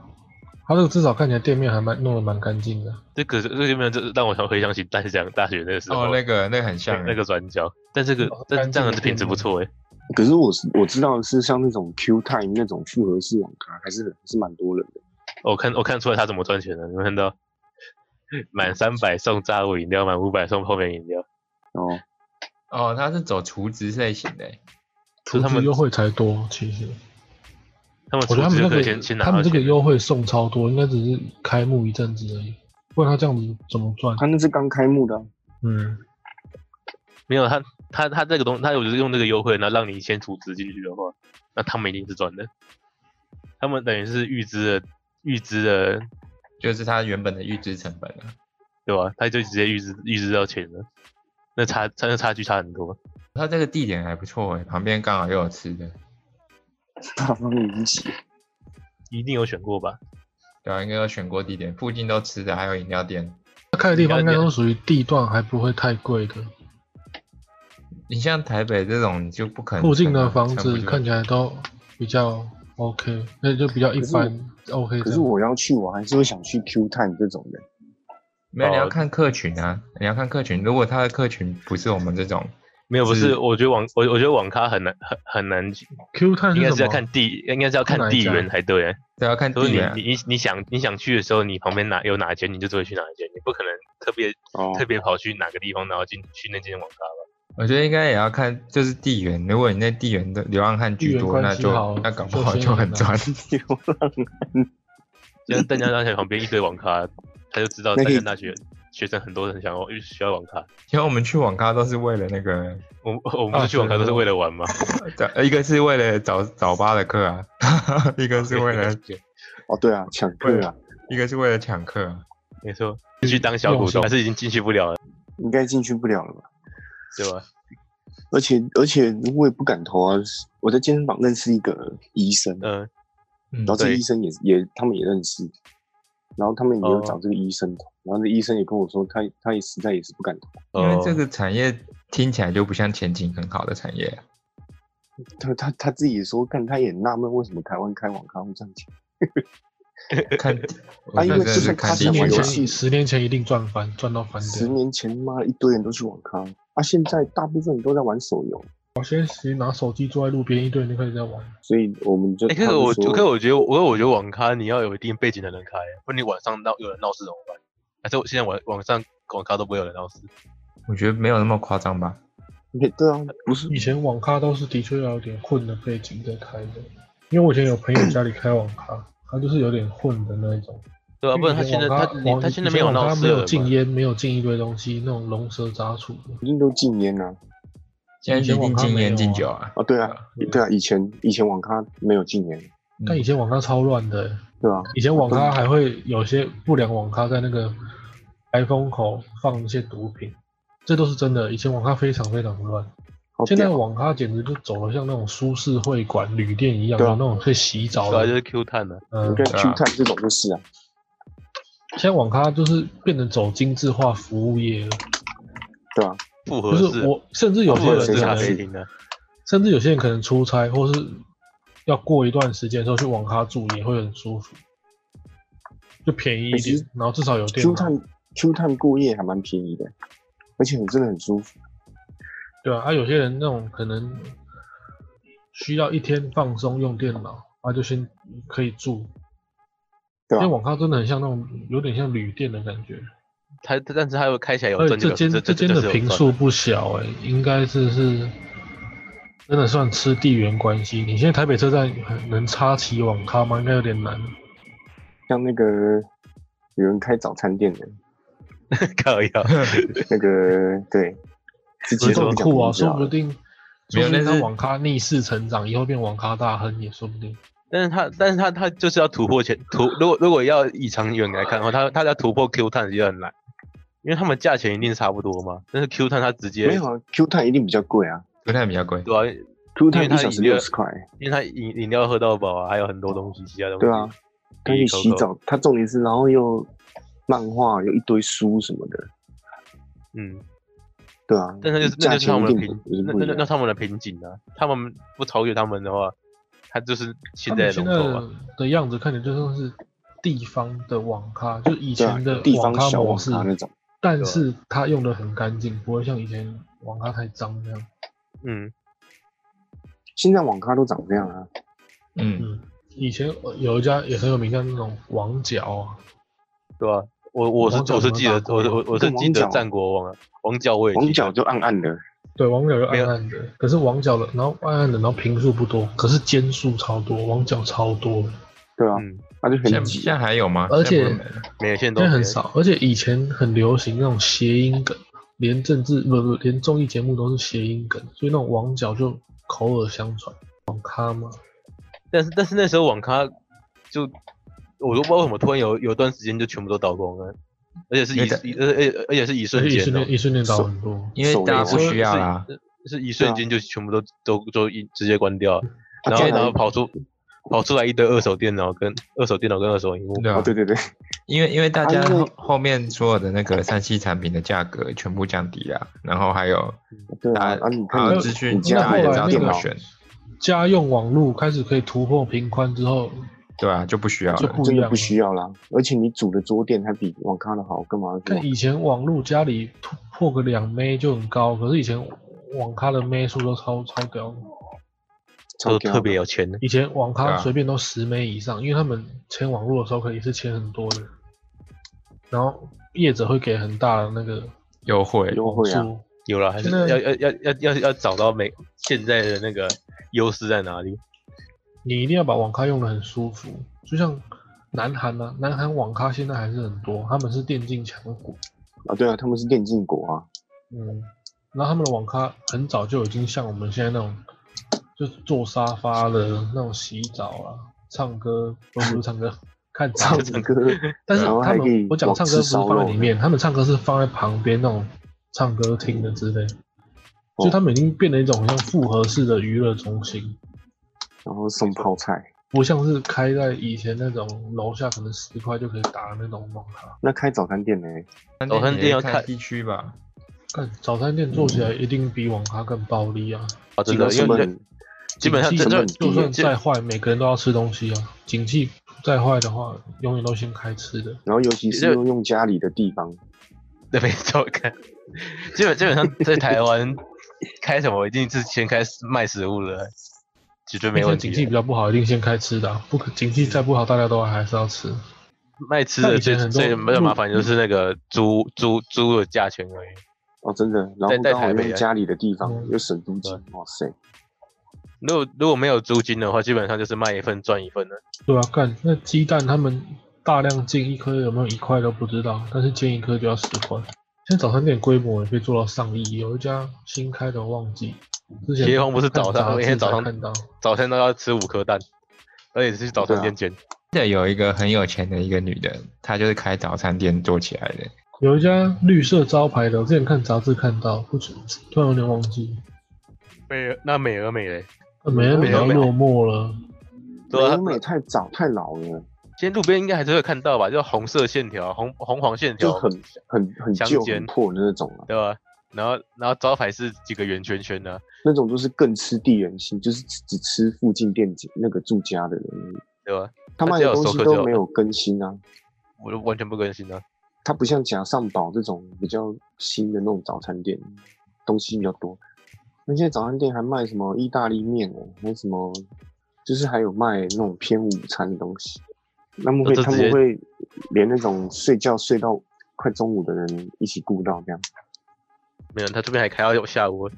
[SPEAKER 4] 他这个至少看起来店面还蛮弄得蛮干净的。
[SPEAKER 3] 这个这个没有，这让我想回想起大学大学那时候，
[SPEAKER 2] 哦，那个那个很像
[SPEAKER 3] 那
[SPEAKER 2] 欸、
[SPEAKER 3] 那个转角，但这个
[SPEAKER 4] 哦
[SPEAKER 3] 但
[SPEAKER 4] 干
[SPEAKER 3] 这样的
[SPEAKER 4] 净的
[SPEAKER 3] 品质不错诶。欸
[SPEAKER 1] 可是我是我知道的是像那种 Q Time 那种复合式网咖，还是还是蛮多人的。
[SPEAKER 3] 我看我看出来他怎么赚钱的，你们看到满三百送炸物饮料，满五百送泡面饮料，
[SPEAKER 1] 然后
[SPEAKER 2] 哦，他是走厨职类型的欸、
[SPEAKER 3] 就是他
[SPEAKER 4] 厨
[SPEAKER 3] 们
[SPEAKER 4] 子优惠才多，其实
[SPEAKER 3] 他们
[SPEAKER 4] 我觉
[SPEAKER 3] 出
[SPEAKER 4] 得他们
[SPEAKER 3] 资
[SPEAKER 4] 那
[SPEAKER 3] 就可
[SPEAKER 4] 个
[SPEAKER 3] 以先先拿
[SPEAKER 4] 他
[SPEAKER 3] 到
[SPEAKER 4] 们这个
[SPEAKER 3] 钱。
[SPEAKER 4] 优惠送超多，应该只是开幕一阵子而已。不然他这样子怎么赚？
[SPEAKER 1] 他那是刚开幕的啊、
[SPEAKER 4] 嗯，
[SPEAKER 3] 没有他他他这个东，他有就是用这个优惠，然后让你先储值进去的话，那他们一定是赚的。他们等于是预支了预支了，
[SPEAKER 2] 就是他原本的预支成本啊。
[SPEAKER 3] 对吧？他就直接预支预支到钱了，那差差那差距差很多。
[SPEAKER 2] 他这个地点还不错哎、旁边刚好又有吃的。
[SPEAKER 1] 大方云集。
[SPEAKER 3] 一定有选过吧？
[SPEAKER 2] 对啊，应该要选过地点，附近都吃的，还有饮料店。
[SPEAKER 4] 他开的地方应该都属于地段，还不会太贵的。
[SPEAKER 2] 你像台北这种，你就不
[SPEAKER 1] 嗯
[SPEAKER 2] 可能
[SPEAKER 4] 附近的
[SPEAKER 2] 撑啊
[SPEAKER 4] 房
[SPEAKER 2] 撑不
[SPEAKER 4] 子
[SPEAKER 2] 住
[SPEAKER 4] 看起来都比较 OK，那就比较一般 OK
[SPEAKER 1] 可
[SPEAKER 4] 这
[SPEAKER 1] 是
[SPEAKER 4] 样。
[SPEAKER 1] 我要去，我还是会想去 Q Time 这种人。
[SPEAKER 2] 没有，你
[SPEAKER 3] 哦
[SPEAKER 2] 要看客群啊，你要看客群。如果他的客群不是我们这种，
[SPEAKER 3] 没有，不
[SPEAKER 2] 是
[SPEAKER 3] 是，我觉得网我我觉得网咖很难很很难，
[SPEAKER 4] Q 探
[SPEAKER 3] 应该
[SPEAKER 4] 是
[SPEAKER 3] 是
[SPEAKER 4] 什
[SPEAKER 3] 要
[SPEAKER 4] 么？
[SPEAKER 3] 看地，应该是要
[SPEAKER 4] 哪
[SPEAKER 3] 看
[SPEAKER 4] 一
[SPEAKER 3] 地
[SPEAKER 4] 家
[SPEAKER 3] 缘才对。
[SPEAKER 2] 对，要看
[SPEAKER 3] 所
[SPEAKER 2] 地
[SPEAKER 3] 以
[SPEAKER 2] 缘啊。
[SPEAKER 3] 你你你想你想去的时候，你旁边哪有哪间，你就只会去哪一间，你不可能特别
[SPEAKER 1] 哦
[SPEAKER 3] 特别跑去哪个地方，然后进去那间网咖吧。
[SPEAKER 2] 我觉得应该也要看就是地缘，如果你那地缘的流浪汉
[SPEAKER 4] 地
[SPEAKER 2] 居
[SPEAKER 4] 缘
[SPEAKER 2] 多，
[SPEAKER 4] 关
[SPEAKER 2] 那
[SPEAKER 4] 系
[SPEAKER 2] 就
[SPEAKER 4] 好
[SPEAKER 2] 那搞不
[SPEAKER 4] 就
[SPEAKER 2] 好
[SPEAKER 4] 先
[SPEAKER 2] 就很
[SPEAKER 4] 赢了
[SPEAKER 2] 赚。 *laughs*
[SPEAKER 3] 就是淡江大学旁边一堆网咖，他就知道
[SPEAKER 1] 那
[SPEAKER 3] 淡
[SPEAKER 1] 可以
[SPEAKER 3] 江大学学生很多人想要需要网咖。
[SPEAKER 2] 因为我们去网咖都是为了那个，
[SPEAKER 3] 我我们不是去网咖都是为了玩吗？
[SPEAKER 2] 呃一个是为了早早八的课啊， *laughs* 一个是为了
[SPEAKER 1] 哦，对啊，抢客啊，
[SPEAKER 2] 一个是为了抢课、啊。
[SPEAKER 3] *laughs* 没错，去当小股东，还是已经进去不了了，
[SPEAKER 1] 应该进去不了了吧？
[SPEAKER 3] 对吧？
[SPEAKER 1] 而且而且我也不敢投啊。我在健身房认识一个医生，然
[SPEAKER 3] 嗯，
[SPEAKER 2] 嗯
[SPEAKER 1] 后，这个
[SPEAKER 3] 对
[SPEAKER 1] 医生也也他们也认识，然后他们也
[SPEAKER 3] 哦
[SPEAKER 1] 有找这个医生投，然后那医生也跟我说他他也实在也是不敢投，
[SPEAKER 2] 因为这
[SPEAKER 3] 哦
[SPEAKER 2] 个产业听起来就不像前景很好的产业啊、
[SPEAKER 1] 他他他自己也说，看他也纳闷为什么台湾开网咖会赚钱， *laughs*
[SPEAKER 2] 看地，我
[SPEAKER 1] 啊因
[SPEAKER 2] 觉
[SPEAKER 1] 为
[SPEAKER 2] 得真的
[SPEAKER 1] 就是算
[SPEAKER 2] 看
[SPEAKER 1] 他
[SPEAKER 2] 地
[SPEAKER 4] 十
[SPEAKER 1] 想
[SPEAKER 2] 区
[SPEAKER 1] 玩
[SPEAKER 4] 年
[SPEAKER 1] 游
[SPEAKER 4] 前
[SPEAKER 1] 戏
[SPEAKER 4] 十年前一定赚翻，赚
[SPEAKER 3] 哦
[SPEAKER 4] 到翻
[SPEAKER 1] 十
[SPEAKER 4] 掉。
[SPEAKER 1] 年前妈一堆人都去网咖，啊，现在大部分人都在玩手游，
[SPEAKER 4] 我先直接拿手机坐在路边，一堆人就开始在玩。
[SPEAKER 1] 所以我们就
[SPEAKER 3] 哎、可是
[SPEAKER 1] 他们
[SPEAKER 3] 我，
[SPEAKER 1] 说
[SPEAKER 3] 可是我觉得，我我觉得网咖你要有一定背景的人开，啊不然你晚上闹有人闹事怎么办？还是我现在晚晚上网咖都不会有人闹事？
[SPEAKER 2] 我觉得没有那么夸张吧。
[SPEAKER 1] 对对啊，不是
[SPEAKER 4] 以前网咖都是的确要有点混的背景在开的，因为我以前有朋友家里开网咖，他就是有点混的那一种。
[SPEAKER 3] 对啊，不然他
[SPEAKER 4] 以
[SPEAKER 3] 现
[SPEAKER 4] 前
[SPEAKER 3] 在
[SPEAKER 4] 网
[SPEAKER 3] 他
[SPEAKER 4] 咖
[SPEAKER 3] 你
[SPEAKER 4] 网
[SPEAKER 3] 他现在
[SPEAKER 4] 以
[SPEAKER 3] 没
[SPEAKER 4] 前
[SPEAKER 3] 有
[SPEAKER 4] 网
[SPEAKER 3] 闹
[SPEAKER 4] 咖
[SPEAKER 3] 事
[SPEAKER 4] 没
[SPEAKER 3] 了
[SPEAKER 4] 有
[SPEAKER 3] 吧，
[SPEAKER 4] 禁烟，没有禁一堆东西，那种龙蛇杂处的。
[SPEAKER 1] 一定都禁烟啊。
[SPEAKER 2] 现在
[SPEAKER 4] 以前
[SPEAKER 2] 一
[SPEAKER 4] 网
[SPEAKER 2] 定
[SPEAKER 4] 咖
[SPEAKER 2] 禁
[SPEAKER 4] 没有
[SPEAKER 2] 烟禁
[SPEAKER 4] 啊
[SPEAKER 2] 酒啊，
[SPEAKER 1] 啊，对啊，对啊，以前以前网咖没有禁烟，
[SPEAKER 2] 嗯
[SPEAKER 4] 但以前网咖超乱的、欸，
[SPEAKER 1] 对吧、啊？
[SPEAKER 4] 以前网咖还会有些不良网咖在那个排风口放一些毒品，这都是真的。以前网咖非常非常乱，
[SPEAKER 1] 好
[SPEAKER 4] 现在
[SPEAKER 1] 屌
[SPEAKER 4] 网咖简直就走了像那种舒适会馆、旅店一样，
[SPEAKER 1] 对啊
[SPEAKER 4] 有那种可以洗澡
[SPEAKER 3] 对啊，就
[SPEAKER 4] 的。
[SPEAKER 3] 是 Q 碳的、
[SPEAKER 4] 嗯
[SPEAKER 1] 你，看
[SPEAKER 2] 对啊
[SPEAKER 1] Q 探这种就是啊，
[SPEAKER 4] 现在网咖就是变得走精致化服务业了，
[SPEAKER 1] 对吧、啊？
[SPEAKER 3] 复
[SPEAKER 4] 就
[SPEAKER 3] 合式
[SPEAKER 4] 是我甚至有
[SPEAKER 3] 复
[SPEAKER 4] 些
[SPEAKER 3] 合
[SPEAKER 4] 人
[SPEAKER 3] 式
[SPEAKER 4] 可
[SPEAKER 3] 咖啡
[SPEAKER 4] 能，
[SPEAKER 3] 厅啊的，
[SPEAKER 4] 甚至有些人可能出差或是要过一段时间之后去网咖住也会很舒服，就便宜一
[SPEAKER 1] 可是
[SPEAKER 4] 点，然后至少有电
[SPEAKER 1] Q
[SPEAKER 4] 脑。
[SPEAKER 1] 探 Q 探过夜还蛮便宜的，而且真的很舒服。
[SPEAKER 4] 对啊，啊，有些人那种可能需要一天放松用电脑，啊，就先可以住。
[SPEAKER 1] 对啊
[SPEAKER 4] 因为网咖真的很像那种有点像旅店的感觉，
[SPEAKER 3] 他他但是他又开起来有
[SPEAKER 4] 而且
[SPEAKER 3] 赚就
[SPEAKER 4] 哎这
[SPEAKER 3] 有
[SPEAKER 4] 间
[SPEAKER 3] 这
[SPEAKER 4] 这间
[SPEAKER 3] 就是
[SPEAKER 4] 的
[SPEAKER 3] 有
[SPEAKER 4] 平
[SPEAKER 3] 赚
[SPEAKER 4] 数不小哎、应该是是真的算吃地缘关系。你现在台北车站能插旗网咖吗？应该有点难。
[SPEAKER 1] 像那个有人开早餐店的，
[SPEAKER 3] *laughs* 靠腰，
[SPEAKER 2] 嗯
[SPEAKER 1] 那个对，之
[SPEAKER 4] 其
[SPEAKER 1] 前
[SPEAKER 4] 实
[SPEAKER 1] 都
[SPEAKER 4] 很
[SPEAKER 1] 不讲
[SPEAKER 4] 酷啊，
[SPEAKER 1] 名字
[SPEAKER 4] 说
[SPEAKER 1] 好
[SPEAKER 4] 不
[SPEAKER 1] 了
[SPEAKER 4] 定
[SPEAKER 2] 没
[SPEAKER 4] 说
[SPEAKER 2] 有
[SPEAKER 4] 不定
[SPEAKER 2] 但
[SPEAKER 4] 他
[SPEAKER 2] 是
[SPEAKER 4] 网咖逆势成长，以后变网咖大亨也说不定。
[SPEAKER 3] 但是他但是他他就是要突破前突，如果如果要以长远来看的话，他他要突破 Q 碳就很难，因为他们价钱一定差不多嘛，但是 Q 碳他直接
[SPEAKER 1] 没有啊，Q 探一定比较贵啊
[SPEAKER 2] *laughs* 不太比较贵。
[SPEAKER 3] 对啊，
[SPEAKER 1] ，Q
[SPEAKER 3] 因为
[SPEAKER 1] 探
[SPEAKER 3] 它
[SPEAKER 1] 一小时
[SPEAKER 3] 饮料
[SPEAKER 1] 六十块，
[SPEAKER 3] 因为他饮饮料喝到饱啊，还有很多东西，其他东西。
[SPEAKER 1] 对啊，可以洗澡，它重点是然后又漫画有一堆书什么的，
[SPEAKER 3] 嗯，
[SPEAKER 1] 对啊，
[SPEAKER 3] 但是就是那
[SPEAKER 1] 价
[SPEAKER 3] 就是
[SPEAKER 1] 钱
[SPEAKER 3] 他
[SPEAKER 1] 一
[SPEAKER 3] 们
[SPEAKER 1] 定
[SPEAKER 3] 的瓶
[SPEAKER 1] 不是
[SPEAKER 3] 那
[SPEAKER 1] 不
[SPEAKER 3] 那
[SPEAKER 1] 一
[SPEAKER 3] 那那
[SPEAKER 1] 样。
[SPEAKER 3] 他们的瓶颈啊，他们不超越他们的话，他就是现
[SPEAKER 4] 他
[SPEAKER 3] 在
[SPEAKER 4] 们
[SPEAKER 3] 的
[SPEAKER 4] 现
[SPEAKER 3] 龙
[SPEAKER 4] 在
[SPEAKER 3] 头啊。
[SPEAKER 4] 的样子看起来就像是地方的网咖，就是以
[SPEAKER 1] 对啊
[SPEAKER 4] 前的，
[SPEAKER 1] 地
[SPEAKER 4] 网
[SPEAKER 1] 方
[SPEAKER 4] 咖
[SPEAKER 1] 小
[SPEAKER 4] 模
[SPEAKER 1] 网
[SPEAKER 4] 式，
[SPEAKER 1] 咖那种，
[SPEAKER 4] 但是它用的很干净，不会像以前网咖太脏那样。
[SPEAKER 3] 嗯，
[SPEAKER 1] 现在网咖都长这样啊。
[SPEAKER 2] 嗯，
[SPEAKER 4] 嗯，以前呃有一家也很有名，像那种网角啊，
[SPEAKER 3] 对吧、我我是
[SPEAKER 4] 王角
[SPEAKER 3] 我是
[SPEAKER 4] 有没
[SPEAKER 3] 记
[SPEAKER 4] 有
[SPEAKER 3] 得
[SPEAKER 4] 打
[SPEAKER 3] 我
[SPEAKER 4] 过
[SPEAKER 3] 是我我是
[SPEAKER 1] 跟
[SPEAKER 3] 记
[SPEAKER 1] 王
[SPEAKER 3] 得
[SPEAKER 1] 角
[SPEAKER 3] 战国王啊，王角我也
[SPEAKER 1] 网
[SPEAKER 3] 记
[SPEAKER 1] 角
[SPEAKER 3] 得。
[SPEAKER 1] 就暗暗的，
[SPEAKER 4] 对，网角就
[SPEAKER 3] 没
[SPEAKER 4] 暗
[SPEAKER 3] 有
[SPEAKER 4] 暗的，可是网角的，然后暗暗的，然后平数不多，可是间数超多，网角超多，
[SPEAKER 1] 对啊，
[SPEAKER 3] 嗯，
[SPEAKER 1] 它就
[SPEAKER 2] 现在
[SPEAKER 1] 很
[SPEAKER 2] 现
[SPEAKER 1] 挤
[SPEAKER 2] 在。还有吗？
[SPEAKER 4] 而且
[SPEAKER 2] 现在不是没了
[SPEAKER 3] 没有现在
[SPEAKER 4] 现
[SPEAKER 3] 都
[SPEAKER 4] 在很。少，而且以前很流行那种谐音梗，连政治不不连综艺节目都是谐音梗，所以那种网角就口耳相传，网咖嘛。
[SPEAKER 3] 但是但是那时候网咖就我都不知道为什么突然有有段时间就全部都倒光了，而且是
[SPEAKER 2] 因
[SPEAKER 3] 一
[SPEAKER 2] 为在
[SPEAKER 3] 一而且而且是一
[SPEAKER 4] 所
[SPEAKER 3] 瞬
[SPEAKER 4] 以一
[SPEAKER 3] 间哦
[SPEAKER 4] 瞬
[SPEAKER 3] 的、
[SPEAKER 4] 间一瞬间倒很多，
[SPEAKER 2] 因为
[SPEAKER 1] 手
[SPEAKER 2] 大家
[SPEAKER 1] 游
[SPEAKER 2] 不
[SPEAKER 1] 啊
[SPEAKER 2] 需要啦。
[SPEAKER 3] 是是一
[SPEAKER 1] 对
[SPEAKER 3] 瞬
[SPEAKER 1] 啊
[SPEAKER 3] 间就全部都都都一直接关掉，
[SPEAKER 1] 啊
[SPEAKER 3] 然后
[SPEAKER 1] 这样
[SPEAKER 3] 然后
[SPEAKER 1] 还
[SPEAKER 3] 跑出跑出来一堆二手电脑跟二手电脑跟二手荧幕。
[SPEAKER 2] 对吧、
[SPEAKER 1] 哦，
[SPEAKER 2] 啊
[SPEAKER 1] 对对对，
[SPEAKER 2] 因为因为大
[SPEAKER 1] 啊
[SPEAKER 2] 家
[SPEAKER 1] 因为
[SPEAKER 2] 后后面所有的那个三 C 产品的价格全部降低了，然后还有
[SPEAKER 1] 对啊
[SPEAKER 2] 大，
[SPEAKER 1] 啊，你
[SPEAKER 2] 还
[SPEAKER 1] 看
[SPEAKER 2] 有
[SPEAKER 1] 你
[SPEAKER 2] 资讯，
[SPEAKER 1] 你家
[SPEAKER 2] 大家也知道
[SPEAKER 1] 电
[SPEAKER 2] 怎么
[SPEAKER 1] 脑
[SPEAKER 2] 选，
[SPEAKER 4] 家用网络开始可以突破频宽之后，
[SPEAKER 2] 对啊，就不需要
[SPEAKER 4] 就
[SPEAKER 2] 了
[SPEAKER 4] 不。
[SPEAKER 1] 真
[SPEAKER 4] 一
[SPEAKER 1] 的
[SPEAKER 4] 样
[SPEAKER 1] 不
[SPEAKER 4] 了
[SPEAKER 1] 需要啦，而且你煮的桌垫还比网咖的好，干嘛？
[SPEAKER 4] 看以前网络家里突破个两枚就很高，可是以前网咖的枚数都超超屌的。
[SPEAKER 1] 超
[SPEAKER 3] 都
[SPEAKER 1] 屌
[SPEAKER 3] 特别有钱的，
[SPEAKER 4] 以前网
[SPEAKER 2] 对
[SPEAKER 4] 咖
[SPEAKER 2] 啊
[SPEAKER 4] 随便都十枚以上，因为他们签网络的时候可以是签很多的，然后业者会给很大的那个
[SPEAKER 2] 优惠，
[SPEAKER 1] 优
[SPEAKER 4] 补
[SPEAKER 1] 惠啊，
[SPEAKER 4] 助。
[SPEAKER 3] 有了，还是
[SPEAKER 4] 现在
[SPEAKER 3] 要要要要要要找到每现在的那个优势在哪里？
[SPEAKER 4] 你一定要把网咖用的很舒服，就像南韩啊，南韩网咖现在还是很多，他们是电竞强国，
[SPEAKER 1] 啊，对啊，他们是电竞国
[SPEAKER 3] *laughs*
[SPEAKER 1] 啊，
[SPEAKER 4] 嗯，然后他们的网咖很早就已经像我们现在那种，就是坐沙发的那种洗澡啊、唱歌，不是不是唱歌，看
[SPEAKER 1] 唱
[SPEAKER 4] 唱歌，
[SPEAKER 1] 歌，
[SPEAKER 4] 但是
[SPEAKER 1] 然后
[SPEAKER 4] 他
[SPEAKER 1] 还可以
[SPEAKER 4] 们我讲唱歌不
[SPEAKER 1] 吃
[SPEAKER 4] 是
[SPEAKER 1] 烧
[SPEAKER 4] 放在
[SPEAKER 1] 肉
[SPEAKER 4] 里面，他们唱歌是放在旁边那种唱歌厅的之类，
[SPEAKER 1] 哦
[SPEAKER 4] 所以他们已经变了一种很像复合式的娱乐中心，
[SPEAKER 1] 然后送泡菜。
[SPEAKER 4] 不像是开在以前那种楼下可能十块就可以打的那种网咖。
[SPEAKER 1] 那开早餐店呢？
[SPEAKER 2] 早
[SPEAKER 3] 早餐店要看
[SPEAKER 2] 地区吧，
[SPEAKER 4] 但早餐店做起来
[SPEAKER 1] 嗯
[SPEAKER 4] 一定比网咖更暴利啊！
[SPEAKER 3] 啊，
[SPEAKER 1] 几
[SPEAKER 3] 真
[SPEAKER 1] 个
[SPEAKER 3] 的，因
[SPEAKER 1] 成
[SPEAKER 3] 为
[SPEAKER 1] 本
[SPEAKER 3] 基本上
[SPEAKER 4] 景
[SPEAKER 3] 这
[SPEAKER 1] 成
[SPEAKER 4] 气
[SPEAKER 3] 这
[SPEAKER 1] 本
[SPEAKER 4] 就
[SPEAKER 1] 低耶
[SPEAKER 4] 算，再坏，每个人都要吃东西啊。景气再坏的话，永远都先开吃的。
[SPEAKER 1] 然后尤其是用用家里的地方，
[SPEAKER 3] *laughs* 对，没错，看，基本基本上在台湾开什么一定是先开始卖食物了，绝对没
[SPEAKER 4] 现在
[SPEAKER 3] 问
[SPEAKER 4] 景气
[SPEAKER 3] 题啊
[SPEAKER 4] 比
[SPEAKER 3] 的。
[SPEAKER 4] 较不好，一定先开吃的、啊。不可，景气再不好，大家都还是要吃。
[SPEAKER 3] 卖吃
[SPEAKER 4] 那
[SPEAKER 3] 的
[SPEAKER 4] 以
[SPEAKER 3] 最
[SPEAKER 4] 前很多
[SPEAKER 3] 最比较麻
[SPEAKER 4] 路
[SPEAKER 3] 烦就是那个租租租的价钱而已。
[SPEAKER 1] 哦，真的，然
[SPEAKER 3] 在
[SPEAKER 1] 后
[SPEAKER 3] 在
[SPEAKER 1] 刚好
[SPEAKER 3] 台北
[SPEAKER 1] 用
[SPEAKER 3] 啊
[SPEAKER 1] 家里的地方
[SPEAKER 4] 嗯
[SPEAKER 1] 又省租金，哇塞，
[SPEAKER 3] 如果如果没有租金的话，基本上就是卖一份赚一份了。
[SPEAKER 4] 对啊，干那鸡蛋他们大量进一颗有没有一块都不知道，但是进一颗就要十块。现在早餐店规模也可以做到上亿，有一家新开的我忘记，之前
[SPEAKER 3] 协同不是
[SPEAKER 4] 看
[SPEAKER 3] 早上
[SPEAKER 4] 杂
[SPEAKER 3] 每天
[SPEAKER 4] 志
[SPEAKER 3] 早
[SPEAKER 4] 才
[SPEAKER 3] 上
[SPEAKER 4] 看到，
[SPEAKER 3] 早餐都要吃五颗蛋，而且是去早
[SPEAKER 1] 对啊
[SPEAKER 3] 餐店捡。
[SPEAKER 2] 记得有一个很有钱的一个女的，她就是开早餐店做起来的。
[SPEAKER 4] 有一家绿色招牌的，我之前看杂志看到，不知突然有点忘记，呃
[SPEAKER 3] 美而那美而美嘞，
[SPEAKER 4] 那美而美要落寞了。
[SPEAKER 3] 对啊
[SPEAKER 1] 美，美太早太老了，
[SPEAKER 3] 今天路边应该还是会看到吧，就是红色线条、红红黄线条，
[SPEAKER 1] 就很很很
[SPEAKER 3] 乡
[SPEAKER 1] 旧
[SPEAKER 3] 间
[SPEAKER 1] 很破的那种啊，
[SPEAKER 3] 对吧？然后然后招牌是几个圆圈圈的、
[SPEAKER 1] 那种就是更吃地缘性，就是只只吃附近店家那个住家的人，
[SPEAKER 3] 对吧？
[SPEAKER 1] 他卖
[SPEAKER 3] 只
[SPEAKER 1] 的
[SPEAKER 3] 有
[SPEAKER 1] 东
[SPEAKER 3] 熟
[SPEAKER 1] 西
[SPEAKER 3] 客就
[SPEAKER 1] 都
[SPEAKER 3] 好
[SPEAKER 1] 没有更新啊，
[SPEAKER 3] 我就完全不更新了。
[SPEAKER 1] 它不像假上堡这种比较新的那种早餐店，东西比较多。那现在早餐店还卖什么意大利面哦，还有什么，就是还有卖那种偏午餐的东西。那么会
[SPEAKER 3] 那这
[SPEAKER 1] 他
[SPEAKER 3] 直接
[SPEAKER 1] 们会连那种睡觉睡到快中午的人一起顾到这样。
[SPEAKER 3] 没有，他这边还开到下午，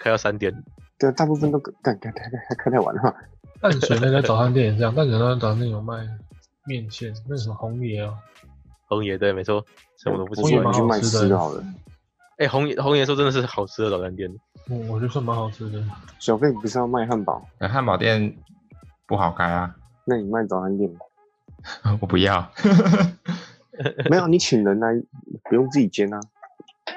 [SPEAKER 3] 开到三点。
[SPEAKER 1] 对啊，大部
[SPEAKER 3] 嗯
[SPEAKER 1] 分都干干干干开太晚了。
[SPEAKER 4] 淡水那家早餐店也这样，淡水那家早餐店有卖面线，那什么红爷啊，
[SPEAKER 3] 红爷对，没错，什么都不
[SPEAKER 1] 我
[SPEAKER 3] 吃
[SPEAKER 1] 说
[SPEAKER 4] 也
[SPEAKER 1] 我
[SPEAKER 4] 蛮
[SPEAKER 1] 们去卖
[SPEAKER 3] 完。
[SPEAKER 4] 好吃的
[SPEAKER 1] 吃的好了。
[SPEAKER 3] 哎、红爷红爷说真的是好吃的早餐店，
[SPEAKER 4] 嗯，我觉得算蛮好吃的。
[SPEAKER 1] 小费不是要卖汉堡，
[SPEAKER 2] 呃汉堡店不好开啊， *laughs*
[SPEAKER 1] 那你卖早餐店吧
[SPEAKER 2] 我不要。 *laughs*
[SPEAKER 1] 没有，你请人来，不用自己煎啊。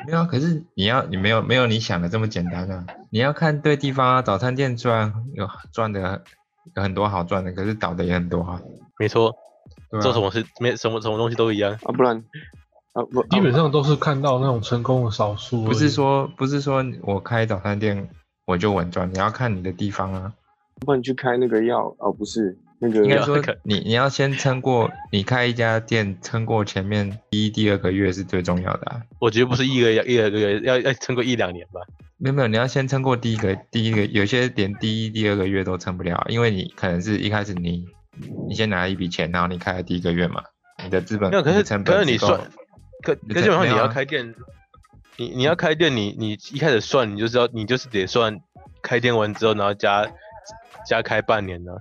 [SPEAKER 2] 没有啊，可是你要你没有没有你想的这么简单啊！你要看对地方啊，早餐店赚有赚的有很多好赚的，可是倒的也很多啊。
[SPEAKER 3] 没错，
[SPEAKER 2] 对
[SPEAKER 3] 做什
[SPEAKER 2] 啊，
[SPEAKER 3] 么事没什么什么东西都一样。
[SPEAKER 1] 啊，不然啊不，
[SPEAKER 4] 基本上都是看到那种成功的少数而已，
[SPEAKER 2] 不是说不是说我开早餐店我就稳赚，你要看你的地方啊。
[SPEAKER 1] 不然你去开那个药哦，不是那个
[SPEAKER 2] 应该
[SPEAKER 3] 要
[SPEAKER 2] 说
[SPEAKER 3] 看
[SPEAKER 2] 你你要先撑过，你开一家店撑过前面第一第二个月是最重要的、啊。
[SPEAKER 3] 我觉得不是一个一个一个月，要要撑过一两年吧。
[SPEAKER 2] 没有没有，你要先撑过第一个，第一个有些连第一、第二个月都撑不了，因为你可能是一开始你你先拿了一笔钱，然后你开了第一个月嘛，你的资本
[SPEAKER 3] 没有，可
[SPEAKER 2] 呃你的
[SPEAKER 3] 是
[SPEAKER 2] 成
[SPEAKER 3] 可
[SPEAKER 2] 本
[SPEAKER 3] 是你
[SPEAKER 2] 够
[SPEAKER 3] 算，可
[SPEAKER 2] 你
[SPEAKER 3] 可
[SPEAKER 2] 的
[SPEAKER 3] 基本上
[SPEAKER 2] 没
[SPEAKER 3] 你
[SPEAKER 2] 有
[SPEAKER 3] 要
[SPEAKER 2] 啊
[SPEAKER 3] 开店，你你要开店，你你一开始算，你就是要你就是得算开店完之后，然后加加开半年呢、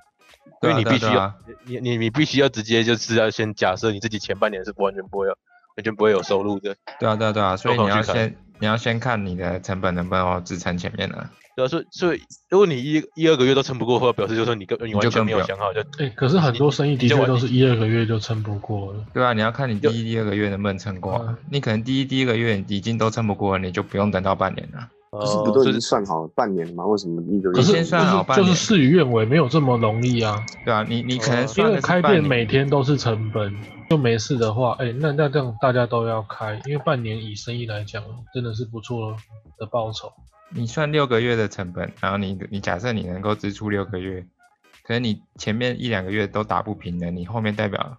[SPEAKER 2] 对
[SPEAKER 3] 因为
[SPEAKER 2] 啊
[SPEAKER 3] 你
[SPEAKER 2] 对啊
[SPEAKER 3] 必须
[SPEAKER 2] 对
[SPEAKER 3] 要、
[SPEAKER 2] 啊
[SPEAKER 3] 你你你必须要直接就是要先假设你自己前半年是完全不会有完全不会有收入的，
[SPEAKER 2] 对啊对啊对啊，所以
[SPEAKER 3] 都
[SPEAKER 2] 你
[SPEAKER 3] 跑
[SPEAKER 2] 要
[SPEAKER 3] 去开
[SPEAKER 2] 先你要先看你的成本能不能支撑前面的、啊。
[SPEAKER 3] 对啊，所以所以如果你一一二个月都撑不过的话，表示就是说你根你
[SPEAKER 2] 就
[SPEAKER 3] 完全
[SPEAKER 2] 更
[SPEAKER 3] 没
[SPEAKER 2] 不
[SPEAKER 3] 有
[SPEAKER 2] 要
[SPEAKER 3] 想好就
[SPEAKER 4] 哎、可是很多生意的
[SPEAKER 3] 你
[SPEAKER 4] 确
[SPEAKER 3] 就
[SPEAKER 4] 都是一二个月就撑不过了。
[SPEAKER 2] 对啊，你要看你第
[SPEAKER 3] 就
[SPEAKER 2] 一、第二个月能不能撑过、啊
[SPEAKER 4] 嗯。
[SPEAKER 2] 你可能第一、第一个月已经都撑不过了，你就不用等到半年了。
[SPEAKER 1] 不是不都已经算好半年了吗？为什么一个月？
[SPEAKER 4] 可是
[SPEAKER 2] 先算好
[SPEAKER 4] 就
[SPEAKER 2] 半
[SPEAKER 4] 是就是
[SPEAKER 2] 年
[SPEAKER 4] 事与愿违，没有这么容易啊。
[SPEAKER 2] 对啊，你你可
[SPEAKER 3] 哦
[SPEAKER 2] 能
[SPEAKER 4] 因
[SPEAKER 2] 算
[SPEAKER 4] 为
[SPEAKER 2] 的是
[SPEAKER 4] 开
[SPEAKER 2] 半
[SPEAKER 4] 店
[SPEAKER 2] 年
[SPEAKER 4] 每天都是成本，就没事的话，哎、那那这样大家都要开，因为半年以生意来讲，真的是不错的报酬。
[SPEAKER 2] 你算六个月的成本，然后你你假设你能够支出六个月，可是你前面一两个月都打不平的，你后面代表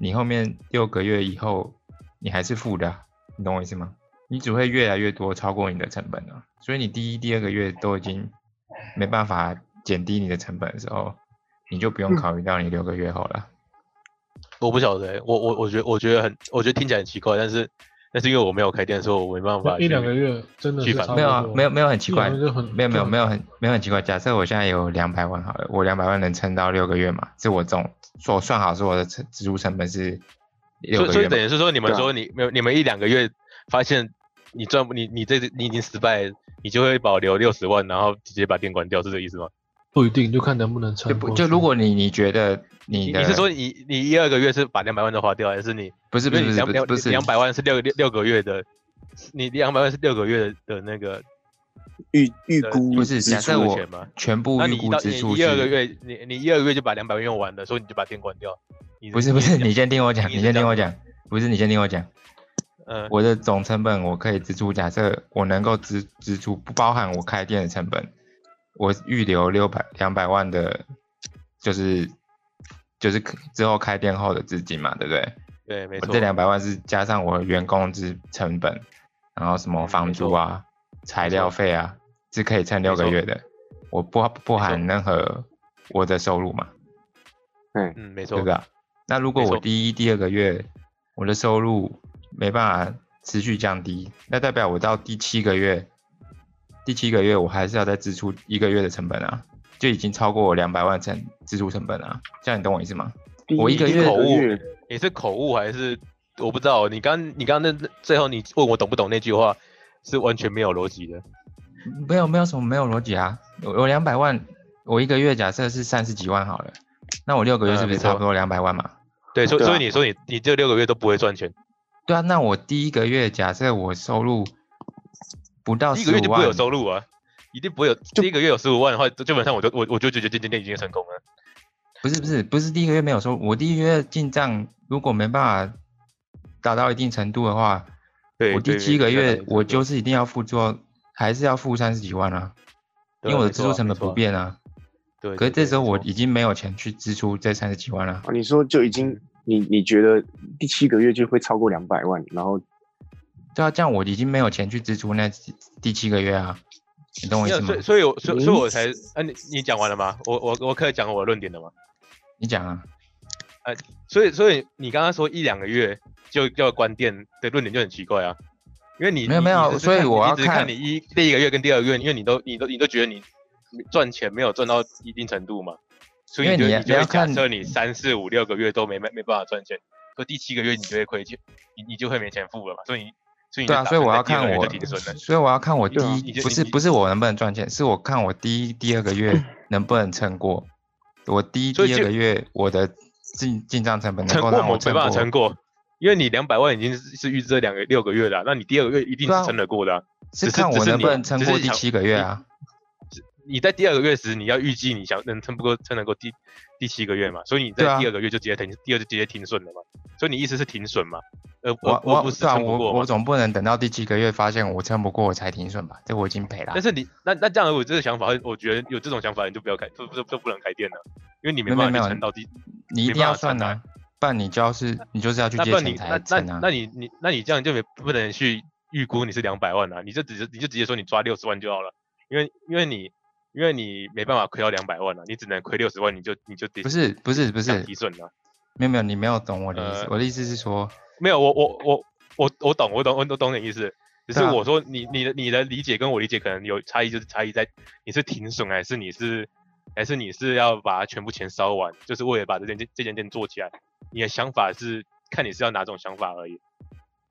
[SPEAKER 2] 你后面六个月以后你还是负的啊、你懂我意思吗？你只会越来越多超过你的成本啊，所以你第一、第二个月都已经没办法减低你的成本的时候，你就
[SPEAKER 4] 嗯
[SPEAKER 2] 不用考虑到你六个月后了。
[SPEAKER 3] 我不晓得欸、我我我觉得我觉得很，我觉得听起来很奇怪，但是但是因为我没有开店，所以我没办法去。
[SPEAKER 4] 一两个月真的是
[SPEAKER 3] 去反
[SPEAKER 4] 差不
[SPEAKER 2] 没
[SPEAKER 4] 多
[SPEAKER 2] 有啊，没有没有很奇怪，
[SPEAKER 4] 一两个月就很
[SPEAKER 2] 没有没有
[SPEAKER 4] 就很
[SPEAKER 2] 没有很没有很奇怪。假设我现在有两百万好了，我两百万能撑到六个月嘛？是我总所算好是我的支支出成本是六
[SPEAKER 3] 所以所
[SPEAKER 2] 个
[SPEAKER 3] 以
[SPEAKER 2] 月嘛
[SPEAKER 3] 等？于是说，你们
[SPEAKER 1] 对啊
[SPEAKER 3] 说你没有，你们一两个月发现你赚不，你你这你已经失败了，你就会保留六十万，然后直接把店关掉，是这个意思吗？
[SPEAKER 4] 不一定，就看能不能撑
[SPEAKER 2] 就不
[SPEAKER 4] 过
[SPEAKER 2] 就
[SPEAKER 4] 去
[SPEAKER 2] 如果你你觉得你
[SPEAKER 3] 你
[SPEAKER 2] 的
[SPEAKER 3] 你是说你你一二个月是把两百万都花掉，还是你
[SPEAKER 2] 不是不是
[SPEAKER 3] 因为
[SPEAKER 2] 不是不
[SPEAKER 3] 你两
[SPEAKER 2] 是
[SPEAKER 3] 两
[SPEAKER 2] 不是
[SPEAKER 3] 两百万是六六六个月的，你两百万是六个月的那个
[SPEAKER 1] 预预估
[SPEAKER 2] 不是
[SPEAKER 1] 支
[SPEAKER 2] 假
[SPEAKER 1] 出
[SPEAKER 2] 设
[SPEAKER 1] 的
[SPEAKER 2] 我
[SPEAKER 1] 钱
[SPEAKER 3] 钱吗
[SPEAKER 2] 全部
[SPEAKER 3] 那
[SPEAKER 2] 预
[SPEAKER 3] 你
[SPEAKER 2] 估
[SPEAKER 3] 到
[SPEAKER 2] 支
[SPEAKER 3] 你
[SPEAKER 2] 出
[SPEAKER 3] 一二个
[SPEAKER 2] 是
[SPEAKER 3] 月，你你一二个月就把两百万用完了，所以你就把店关掉。你
[SPEAKER 2] 不是不是？你先听我讲，
[SPEAKER 3] 你
[SPEAKER 2] 你
[SPEAKER 3] 是
[SPEAKER 2] 先听
[SPEAKER 3] 这样
[SPEAKER 2] 我讲，不是你先听我讲。
[SPEAKER 3] 嗯，
[SPEAKER 2] 我的总成本我可以支出，假设我能够支支出不包含我开店的成本，我预留六百两百万的，就是就是可之后开店后的资金嘛，对不对？
[SPEAKER 3] 对，没
[SPEAKER 2] 我
[SPEAKER 3] 错
[SPEAKER 2] 这。两百万是加上我员工之成本，然后什么
[SPEAKER 3] 嗯
[SPEAKER 2] 房
[SPEAKER 3] 没错
[SPEAKER 2] 租啊、材料费啊，是可以撑六个
[SPEAKER 3] 没错
[SPEAKER 2] 月的，我不不含任何我的收入嘛。
[SPEAKER 1] 哎
[SPEAKER 3] 嗯，没错
[SPEAKER 2] 对。吧？那如果
[SPEAKER 3] 没
[SPEAKER 2] 我
[SPEAKER 3] 错
[SPEAKER 2] 第一、第二个月我的收入没办法持续降低，那代表我到第七个月，第七个月我还是要再支出一个月的成本啊，就已经超过我两百万成支出成本啊。这样你懂我意思吗？
[SPEAKER 1] 第
[SPEAKER 2] 我一个月
[SPEAKER 1] 口误，
[SPEAKER 3] 你是口误还是我不知道？哦你刚你刚那那最后你问我懂不懂那句话，是完全没有逻辑的。
[SPEAKER 2] 没有没有什么没有逻辑啊。我我两百万，我一个月假设是三十几万好了，那我六个月
[SPEAKER 3] 嗯
[SPEAKER 2] 是不是
[SPEAKER 3] 没错
[SPEAKER 2] 差不多两百万嘛？
[SPEAKER 3] 对，所以
[SPEAKER 1] 对啊
[SPEAKER 3] 所以你说你你这六个月都不会赚钱，
[SPEAKER 2] 对啊，那我第一个月假设我收入不到
[SPEAKER 3] 第一
[SPEAKER 2] 十
[SPEAKER 3] 个月就
[SPEAKER 2] 五
[SPEAKER 3] 不会
[SPEAKER 2] 万
[SPEAKER 3] 有，收入啊，一定不会有。第一个月有十五万的话，基本上我就我我就觉得今天已经成功了。
[SPEAKER 2] 不是不是不是第一个月没有收入，我第一个月进账如果没办法达到一定程度的话，
[SPEAKER 3] 对，
[SPEAKER 2] 我第
[SPEAKER 3] 对
[SPEAKER 2] 七个月我就
[SPEAKER 3] 对
[SPEAKER 2] 是一定要付做，还是要付三十几万啊，因
[SPEAKER 3] 对
[SPEAKER 2] 为
[SPEAKER 3] 啊
[SPEAKER 2] 我的
[SPEAKER 3] 没
[SPEAKER 2] 支
[SPEAKER 3] 错
[SPEAKER 2] 出
[SPEAKER 3] 啊
[SPEAKER 2] 成
[SPEAKER 3] 没
[SPEAKER 2] 本
[SPEAKER 3] 错
[SPEAKER 2] 不
[SPEAKER 3] 啊
[SPEAKER 2] 变啊。
[SPEAKER 3] 对。
[SPEAKER 2] 可是
[SPEAKER 3] 对
[SPEAKER 2] 这时候
[SPEAKER 3] 没
[SPEAKER 2] 我
[SPEAKER 3] 错
[SPEAKER 2] 已经没有钱去支出这三十几万了，
[SPEAKER 1] 啊，你说就已经你你觉得第七个月就会超过两百万，然后
[SPEAKER 2] 对啊，这样我已经没有钱去支出那几第七个月啊，你懂我意
[SPEAKER 3] 没有
[SPEAKER 2] 思吗
[SPEAKER 3] 所以，？所以我，所以，
[SPEAKER 1] 嗯
[SPEAKER 3] 所以我才，啊，你你讲完了吗？我我我可以讲我的论点了吗？
[SPEAKER 2] 你讲啊，
[SPEAKER 3] 所以，所以你刚刚说一两个月就就要关店的论点就很奇怪啊，因为你
[SPEAKER 2] 没有
[SPEAKER 3] 你
[SPEAKER 2] 没有
[SPEAKER 3] 你只是
[SPEAKER 2] 所以
[SPEAKER 3] 看
[SPEAKER 2] 我要
[SPEAKER 3] 你只是看
[SPEAKER 2] 看
[SPEAKER 3] 你一第一个月跟第二个月，因为你都你都你都觉得你赚钱没有赚到一定程度嘛，所以
[SPEAKER 2] 因为
[SPEAKER 3] 就
[SPEAKER 2] 你
[SPEAKER 3] 你
[SPEAKER 2] 要
[SPEAKER 3] 就
[SPEAKER 2] 你
[SPEAKER 3] 会
[SPEAKER 2] 要
[SPEAKER 3] 假
[SPEAKER 2] 看
[SPEAKER 3] 设你三四五六个月都没没没办法赚钱，所以第七个月你就会亏钱，你你就会没钱付了嘛，所以你所以你
[SPEAKER 2] 对啊，
[SPEAKER 3] 就打
[SPEAKER 2] 所以我
[SPEAKER 3] 算
[SPEAKER 2] 要
[SPEAKER 3] 在第二
[SPEAKER 2] 看
[SPEAKER 3] 个月
[SPEAKER 2] 我
[SPEAKER 3] 就停损了，。 *laughs* 啊
[SPEAKER 2] 所以我要看我
[SPEAKER 3] 你
[SPEAKER 2] 第
[SPEAKER 3] 就
[SPEAKER 2] 一
[SPEAKER 3] 你就
[SPEAKER 2] 不是
[SPEAKER 3] 你
[SPEAKER 2] 不是我能不能赚钱，是我看我第一第二个
[SPEAKER 3] *laughs*
[SPEAKER 2] 月能不能撑过。我第一
[SPEAKER 3] 所以
[SPEAKER 2] 第二
[SPEAKER 3] 就
[SPEAKER 2] 个月我的进进账成本能
[SPEAKER 3] 撑
[SPEAKER 2] 够
[SPEAKER 3] 过
[SPEAKER 2] 让
[SPEAKER 3] 我
[SPEAKER 2] 我
[SPEAKER 3] 没办法撑
[SPEAKER 2] 过，
[SPEAKER 3] 过，因为你两百万已经是是预支这两个六个月了啊、那你第二个月一定
[SPEAKER 2] 对啊
[SPEAKER 3] 是撑得过的啊、
[SPEAKER 2] 是
[SPEAKER 3] 只是
[SPEAKER 2] 看我
[SPEAKER 3] 只是
[SPEAKER 2] 能不
[SPEAKER 3] 你
[SPEAKER 2] 能撑
[SPEAKER 3] 只是
[SPEAKER 2] 过
[SPEAKER 3] 你
[SPEAKER 2] 第
[SPEAKER 3] 想
[SPEAKER 2] 七个月啊。
[SPEAKER 3] 你在第二个月时，你要预计你想能撑不过，撑得过第第七个月嘛，所以你在
[SPEAKER 2] 对啊
[SPEAKER 3] 第二个月就直接停，第二就直接停损了嘛，所以你意思是停损嘛，而
[SPEAKER 2] 我
[SPEAKER 3] 而而
[SPEAKER 2] 我
[SPEAKER 3] 不是
[SPEAKER 2] 对啊，
[SPEAKER 3] 撑不
[SPEAKER 2] 我
[SPEAKER 3] 过
[SPEAKER 2] 我
[SPEAKER 3] 嘛。
[SPEAKER 2] 总不能等到第七个月发现我撑不过我才停损吧？这我已经赔了啊
[SPEAKER 3] 但。是你那那这样，我这个想法，我觉得有这种想法，你就不要开，就就就不能开店了，因为你
[SPEAKER 2] 没
[SPEAKER 3] 没
[SPEAKER 2] 有
[SPEAKER 3] 办
[SPEAKER 2] 没
[SPEAKER 3] 法
[SPEAKER 2] 有
[SPEAKER 3] 去撑到第。
[SPEAKER 2] 你一
[SPEAKER 3] 没
[SPEAKER 2] 定要
[SPEAKER 3] 办法
[SPEAKER 2] 算
[SPEAKER 3] 撑
[SPEAKER 2] 啊，不然你就要是你就是要去
[SPEAKER 3] 那
[SPEAKER 2] 借
[SPEAKER 3] 不然
[SPEAKER 2] 钱
[SPEAKER 3] 你
[SPEAKER 2] 才
[SPEAKER 3] 那那
[SPEAKER 2] 撑啊
[SPEAKER 3] 那。你你那你这样就没不能去预估你是两百万啊，你就直接你就直接说你抓六十万就好了，因为因为你因为你没办法亏到两百万啊，你只能亏六十万，你就你就得
[SPEAKER 2] 不是不是不
[SPEAKER 3] 不
[SPEAKER 2] 是，
[SPEAKER 3] 提损了。
[SPEAKER 2] 没有没有，你没有懂我的意思
[SPEAKER 3] 呃。
[SPEAKER 2] 我的意思是说，
[SPEAKER 3] 没有，我我我我我懂，我懂，我懂你的意思。只是
[SPEAKER 2] 对啊
[SPEAKER 3] 我说你你的你的理解跟我理解可能有差异，就是差异在你是停损还是你是还是你是要把全部钱烧完，就是为了把这间店这间店做起来。你的想法是看你是要哪种想法而已。